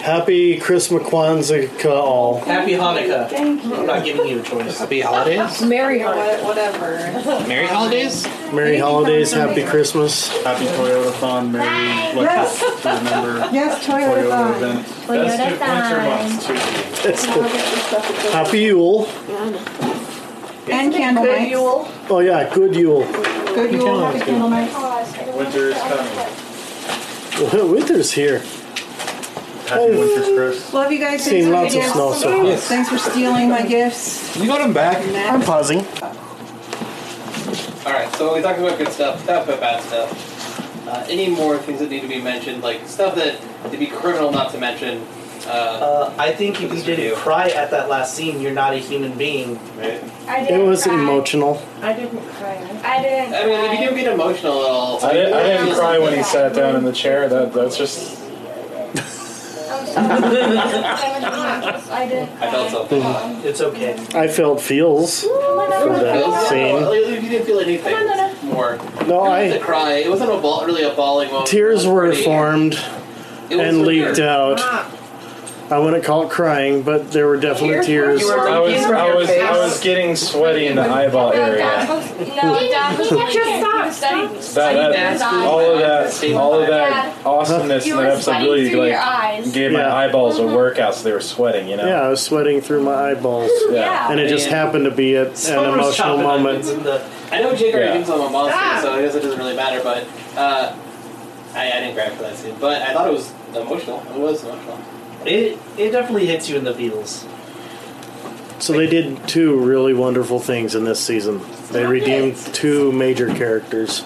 Happy Christmas, Kwanzaa, all.
Happy Hanukkah. I'm not giving you a choice.
Happy holidays.
Mary on
Whatever.
Merry holidays.
Merry holidays. Happy Christmas.
Happy Toyota Thon, Merry Let's just remember
Yes,
Toyota
Toyota.
event.
Best two winter months. Two.
It's the- Happy Yule.
And candle nights.
Oh yeah, good Yule.
Good Yule, happy candle nights.
Winter is coming.
Winter's here.
Happy Winter's Chris.
Love you guys. Thanks
Seen
for
lots
the
of
gifts.
snow so far.
Thanks for stealing my gifts.
You got him back.
I'm pausing.
All right, so we talked about good stuff, talked about bad stuff. Uh, any more things that need to be mentioned, like stuff that it'd be criminal not to mention? Uh,
Uh, I think if you didn't cry at that last scene, you're not a human being.
I
It
didn't
was
cry.
emotional.
I didn't cry.
I didn't.
I mean, if you do get emotional at all,
I didn't, I didn't cry when he sat down in the chair. That that's just
I'm
I didn't.
I felt something.
It's okay.
I felt feels for that scene.
You didn't feel anything more.
No,
I had to
I
cry. It wasn't a ball, really a bawling moment.
tears were
pretty-
formed
It was
and leaked
weird.
out. I wouldn't call it crying, but there were definitely tears.
I was, I was, I was getting sweaty in the eyeball area.
No, Dad was like,
Just
study,
That, that, all of that, all of that awesomeness
You
in that
were
episode
sweating
really
through your
like
eyes.
gave my
Yeah.
eyeballs
Mm-hmm.
a workout, so they were sweating. You know.
Yeah, I was sweating through my eyeballs.
Yeah.
And it just
Yeah.
happened to be at an
Someone was
emotional
chopping
moment.
I know Jake already
Yeah.
thinks I'm a monster, so I guess it doesn't really matter. But uh, I, I didn't cry for that scene. But I thought it was emotional. It was emotional.
It it definitely hits you in the feels.
So they did two really wonderful things in this season. They redeemed two major characters.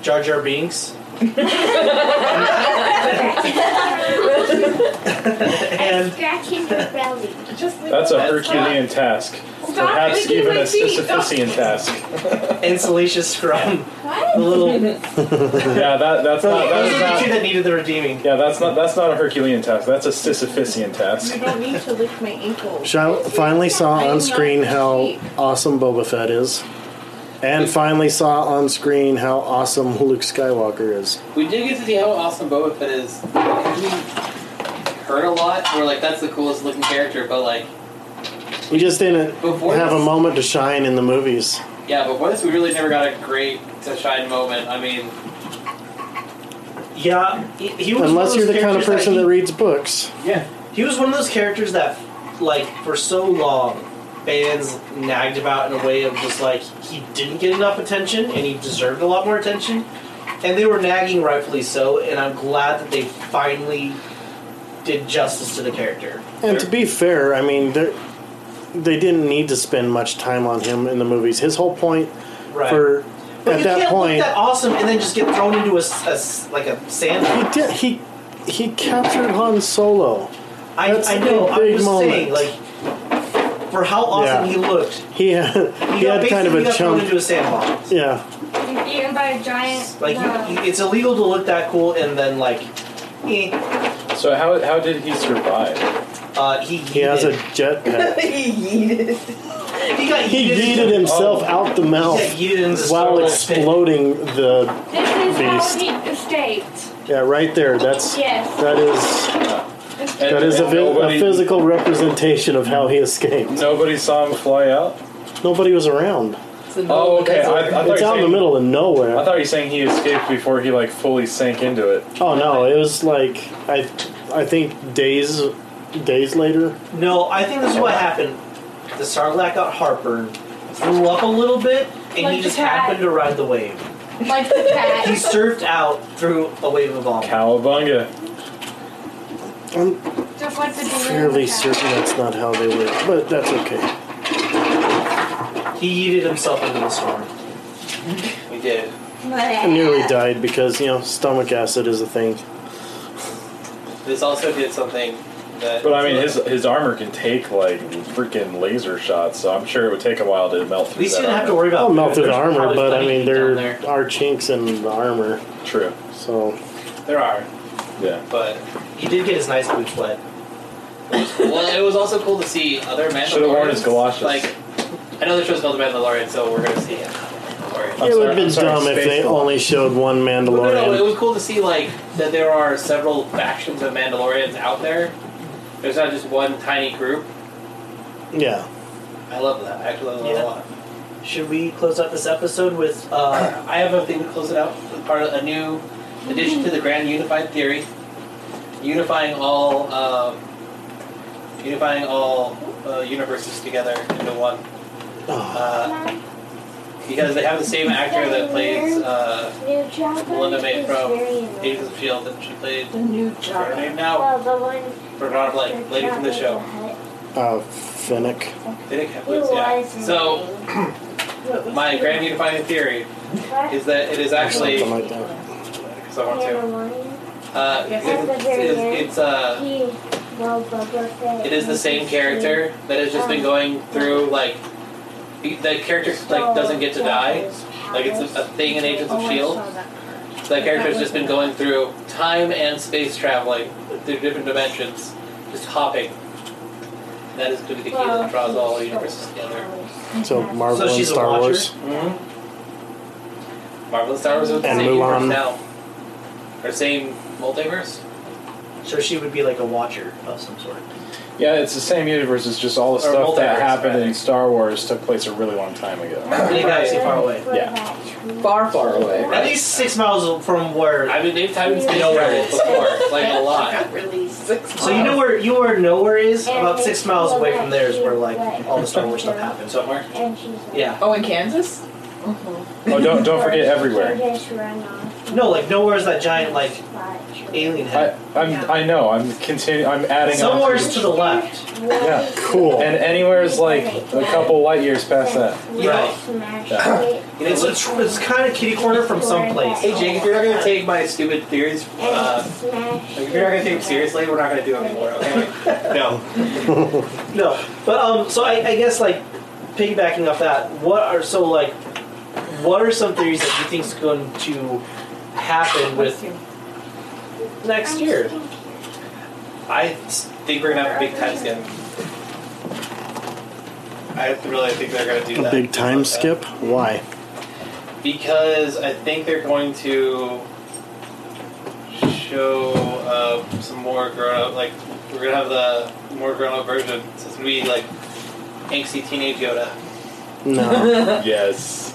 Jar Jar Binks
I'm scratching your belly.
Just
That's a Herculean task. Perhaps
licking
even
my
a
feet.
Sisyphean task.
and Salacious Scrum.
What?
The little
yeah, that, that's not
Those are the
that's
two
not
that needed the redeeming.
Yeah, that's not that's not a Herculean task. That's a Sisyphean task.
You don't need to lick my ankle.
Sha- finally saw on screen how awesome Boba Fett is. And finally saw on screen how awesome Luke Skywalker is.
We did get to see how awesome Boba Fett is. We heard a lot. We're like, that's the coolest looking character. But like,
We just didn't
Before
have a
this-
moment to shine in the movies.
yeah. Before this, we really never got a great to shine moment. I mean,
Yeah, he, he was
Unless
one of those
you're the kind of
characters that
person
he-
that reads books.
Yeah.
He was one of those characters that, like, for so long, fans nagged about in a way of just like he didn't get enough attention and he deserved a lot more attention, and they were nagging rightfully so. And I'm glad that they finally did justice to the character.
And to be fair, I mean, they're- they didn't need to spend much time on him in the movies. His whole point
Right.
for
But
at
you
that
can't
point,
look that awesome and then just get thrown into a, s- a s- like a sand.
he did he he captured Han Solo.
I,
That's
I
a
know. I'm
big
just
moment.
saying, like, for how awesome
Yeah.
he looked,
He had
he
he
got
had kind of
basically
a
got thrown
chunk.
into a sandbox.
Yeah,
eaten by a giant.
Like, you, you, it's illegal to look that cool and then like, eh.
So how how did he survive?
Uh, he
he has a jetpack.
He got
He
yeeted.
yeeted himself out the mouth
Oh. Yeah, yeeted into the
while
solar
exploding the
This is
Beast.
how he escaped.
yeah right there. That's
Yes.
that is that is a, vi- a physical representation of how he escaped.
Nobody saw him fly out.
Nobody was around.
Oh, okay. I, I thought you were
it's out in the
saying-
middle of nowhere.
I thought you were saying he escaped before he like fully sank into it.
Oh no, it was like I I think days days later.
No, I think this is what happened. The Sarlacc got heartburn, flew up a little bit, and
Like
he
the
just
cat.
happened to ride the wave.
Like the cat.
He surfed out through a wave of all.
Cowabunga.
I'm
Just like the demon.
fairly certain that's not how they were, but that's okay.
He yeeted himself into the storm.
we did.
I nearly died because you know stomach acid is a thing.
This also did something that.
But I mean, his his armor can take like freaking laser shots, so I'm sure it would take a while to melt
At
through.
least
that
you didn't have to
armor.
worry about.
I'll melt through the
Oh, there's
armor,
probably
but I
plenty
mean
down
there,
there.
are chinks in the armor,
True.
so
There are,
Yeah.
but
He did get his nice boots wet.
well, it was also cool to see other Mandalorians.
Should have worn his galoshes.
Like, I know the show's called The Mandalorian, so we're gonna see it.
I'm
Mandalorian.
it would
sorry-
have been
I'm sorry,
dumb if
space
they
law.
only showed one
Well, no, no, it
Mandalorian.
was cool to see like that there are several factions of Mandalorians out there. There's not just one tiny group.
Yeah,
I love that. I actually love that
Yeah.
a lot.
Should we close out this episode with? Uh,
I have a thing to close it out. Part of a new addition to the grand unified theory, unifying all, um, unifying all uh, universes together into one.
Ah,
Uh, because they have the same actor that plays uh,
New job
Melinda May
is
from
very
Agents
annoying.
of Shield, and she played
The new
her
job.
name now,
Well, the one
Bernard Blake,
that
lady from the
travels
show.
ahead.
uh, Finnick.
They didn't have
He
lips, yeah.
was
So
annoying.
What was
my
it?
grand unifying theory
What?
is that it is actually
Something like that.
because I want to.
Mandalorian?
Uh,
Yes.
it's, it's, it's uh.
He- well, Boba Fett
It is the
is
same character that has just been going through like
Oh,
E
the the character like doesn't get to die. Like it's a, a thing in Agents of Shield. That character's just been going through time and space traveling through different dimensions, just hopping. That is going to be the key that draws all universes together.
So Marvel
So
and
she's a
Star
watcher?
Wars.
Mm-hmm. Marvel and Star Wars are the
And
same universe
Mulan.
now. Or same multiverse.
So she would be like a watcher of some sort.
Yeah, it's the same universe. It's just all the
Or
stuff that
multiverse,
happened in Star Wars took place a really long time ago.
Big galaxy far away.
Yeah.
Far, far away.
At least six miles from where.
I mean, they've time and space
nowhere
traveled
is.
before, like a lot.
Really six
So you know where you where nowhere is about six miles away from there is where like all the Star Wars stuff happened.
Somewhere.
And she's like,
Yeah.
Oh, in Kansas?
Oh, don't don't forget everywhere.
"Just run off
No, like nowhere is that giant like alien
I
head.
I'm, I know. I'm continu- I'm adding on.
Somewhere's to the left.
Yeah.
Cool.
And anywhere's like a couple light years past that.
Yeah.
smash
Yeah.
it."
It's, it's, it's kind of kitty corner from someplace.
Hey Jake, if you're not gonna take my stupid theories, uh,
Smash
if you're not gonna take them seriously, we're not gonna do them anymore. Okay? no.
No, but um, so I, I guess like piggybacking off that, what are so like, what are some theories that you think is going to happen with next year?
I think we're gonna have a big time skip. I really think they're gonna do
A
that.
big time
Uh,
skip? Why?
Because I think they're going to show uh, some more grown up, like, we're gonna have the more grown up version. So it's gonna be like angsty teenage Yoda.
No.
Yes.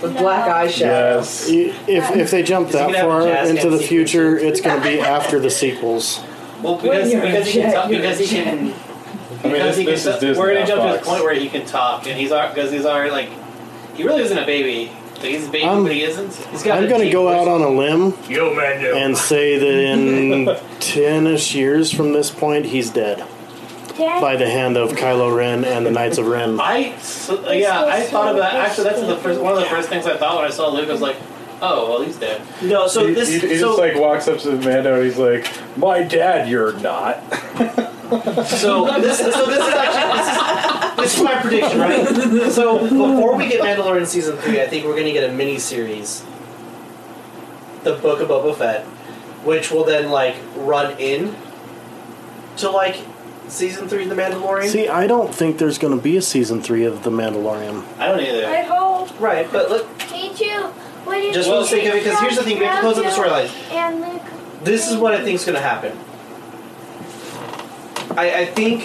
With black eyeshadow.
Yes.
You- if, if they jump
Is he
that
gonna have
far
jazz
into the
hand
future, it's going to be after the sequels.
Well, because,
you're a
because he can
Jack,
talk,
you're a
because he can.
I mean,
because
this,
he
this
can,
is Disney.
we're gonna
not
jump to
Fox.
this point where he can talk, and he's already because he's already like, he really isn't a baby. Like, he's a baby,
I'm-
but he isn't. He's got
I'm
a
going to
deep
go
voice.
out on a limb
Yo, man,
and say that in 10 ish years from this point, he's dead
Dad,
by the hand of Kylo Ren and the Knights of Ren.
I so, yeah, I thought about actually that's the first one of the first things I thought when I saw Luke I was like, oh well he's dead.
No, so
he,
this
he, he
so
just like walks up to Mando and he's like, "My dad, you're not."
Uh,
so this so this is actually this is, this is my prediction, right? So before we get Mandalorian season three, I think we're gonna get a mini series, the Book of Boba Fett, which will then like run in to like season three of the Mandalorian.
See, I don't think there's going to be a season three of The Mandalorian.
I don't either.
I hope.
Right, but look,
Me too. What if
Just
you
for the sake of it, because here's the thing: we have to close up the storyline.
And Luke.
This is what I think is going to happen. I, I think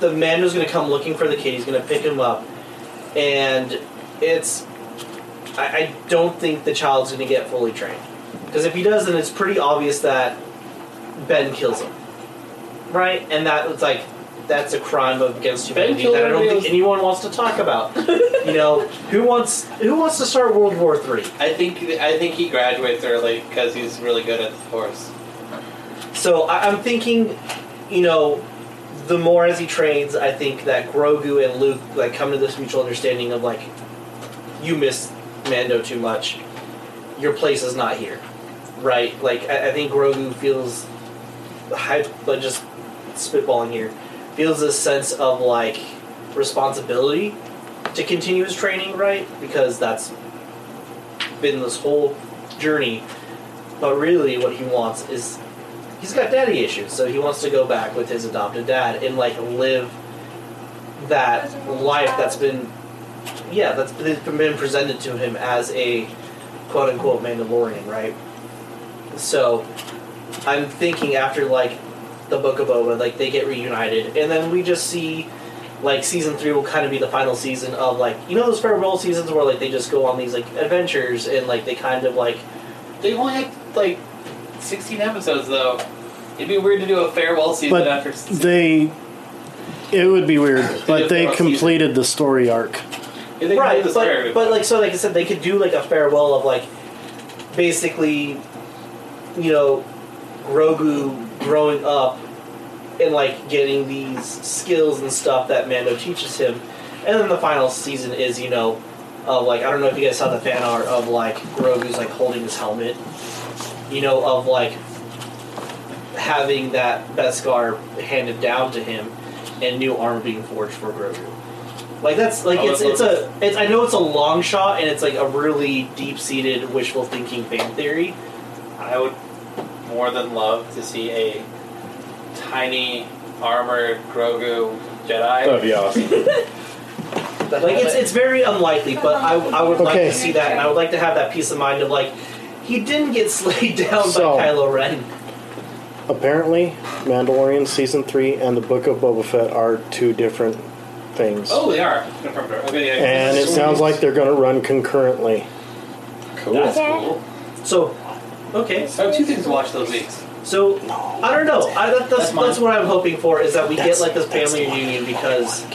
the Mando's going to come looking for the kid. He's going to pick him up, and it's. I, I don't think the child's going to get fully trained, because if he does, then it's pretty obvious that Ben kills him, right? And that was like. That's a crime of against
Ben
humanity that I don't
killed
think
him.
anyone wants to talk about. you know, who wants who wants to start World War Three?
I think I think he graduates early because he's really good at the force.
So I, I'm thinking, you know, the more as he trains, I think that Grogu and Luke like come to this mutual understanding of like, you miss Mando too much, your place is not here, right? Like I, I think Grogu feels, hy- like just spitballing here, feels this sense of like responsibility to continue his training, right? Because that's been this whole journey. But really, what he wants is he's got daddy issues, so he wants to go back with his adopted dad and like live that life that's been yeah that's been that's been presented to him as a quote unquote Mandalorian, right? So I'm thinking after like the Book of Boba, like they get reunited, and then we just see like season three will kind of be the final season of like you know those farewell seasons where like they just go on these like adventures and like they kind of like
They only had like sixteen episodes though. It'd be weird to do a farewell season
But
after
They. It would be weird, but they completed the story arc.
If they
right,
do the
but,
story.
but like so, like I said, they could do like a farewell of like basically, you know, Grogu growing up and like getting these skills and stuff that Mando teaches him, and then the final season is you know, of like I don't know if you guys saw the fan art of like Grogu's like holding his helmet, you know, of like having that Beskar handed down to him, and new armor being forged for Grogu. Like that's like
Oh,
it's
that's
it's a it's I know it's a long shot and it's like a really deep seated wishful thinking fan theory.
I would more than love to see a tiny armored Grogu Jedi.
Oh.
That'd be awesome.
Like it's it's very unlikely, but I, I would like
Okay.
to see that and I would like to have that peace of mind of like he didn't get slayed down
So-
by Kylo Ren.
Apparently, Mandalorian season three and the Book of Boba Fett are two different things.
Oh, they are. Confirmed. Okay, yeah.
And it sounds like they're going to run concurrently.
That's cool.
So, okay.
I have two things to watch those weeks.
So I don't know. I, that, that's
That's mine.
that's what I'm hoping for is that we
That's-
get like this
that's
family
the one.
reunion because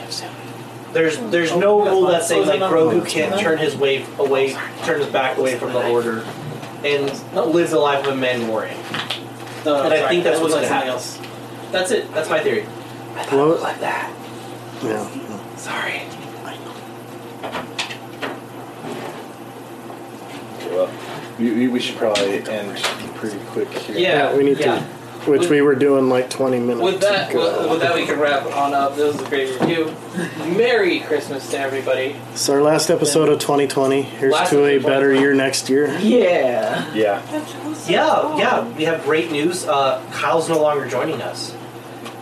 there's there's no rule that says like Grogu can't turn his wave away, turn his back away from the Order, and live the life of a Mandalorian.
No,
and I
sorry,
think that's
that
what's
was
going to
something
happen. That's it. That's my theory.
What?
that.
Yeah.
Sorry.
Okay, well, we, we- we should probably end pretty quick here.
Yeah, we need
yeah.
to. Which we were doing like 20 minutes
With that,
ago.
with, with that, we can wrap on up. This was a great review. Merry Christmas to everybody.
It's our last episode of 2020. Here's
Last
to a
episode.
better year next year.
Yeah.
Yeah.
Yeah, yeah. We have great news. Uh, Kyle's no longer joining us,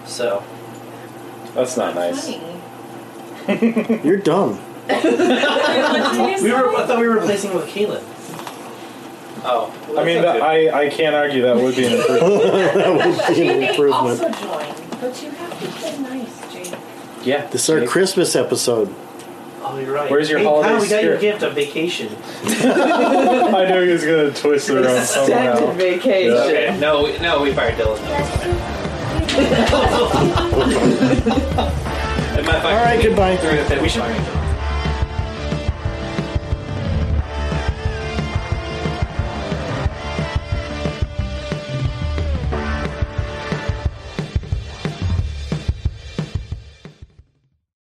so
that's not nice.
You're dumb.
we were. I thought we were replacing him with Keelan.
Oh,
I mean, that, I, I can't argue that would be an improvement.
She may
improvement.
also join, but you have to play nice, Jane.
yeah.
This is our Christmas episode.
Oh, you're right.
Where's your
hey,
holiday
Kyle, we got your
spirit?
gift on vacation.
I knew he was going to twist it around somehow.
vacation.
Yeah.
No, we- no, we fired Dylan.
All right, goodbye.
We should.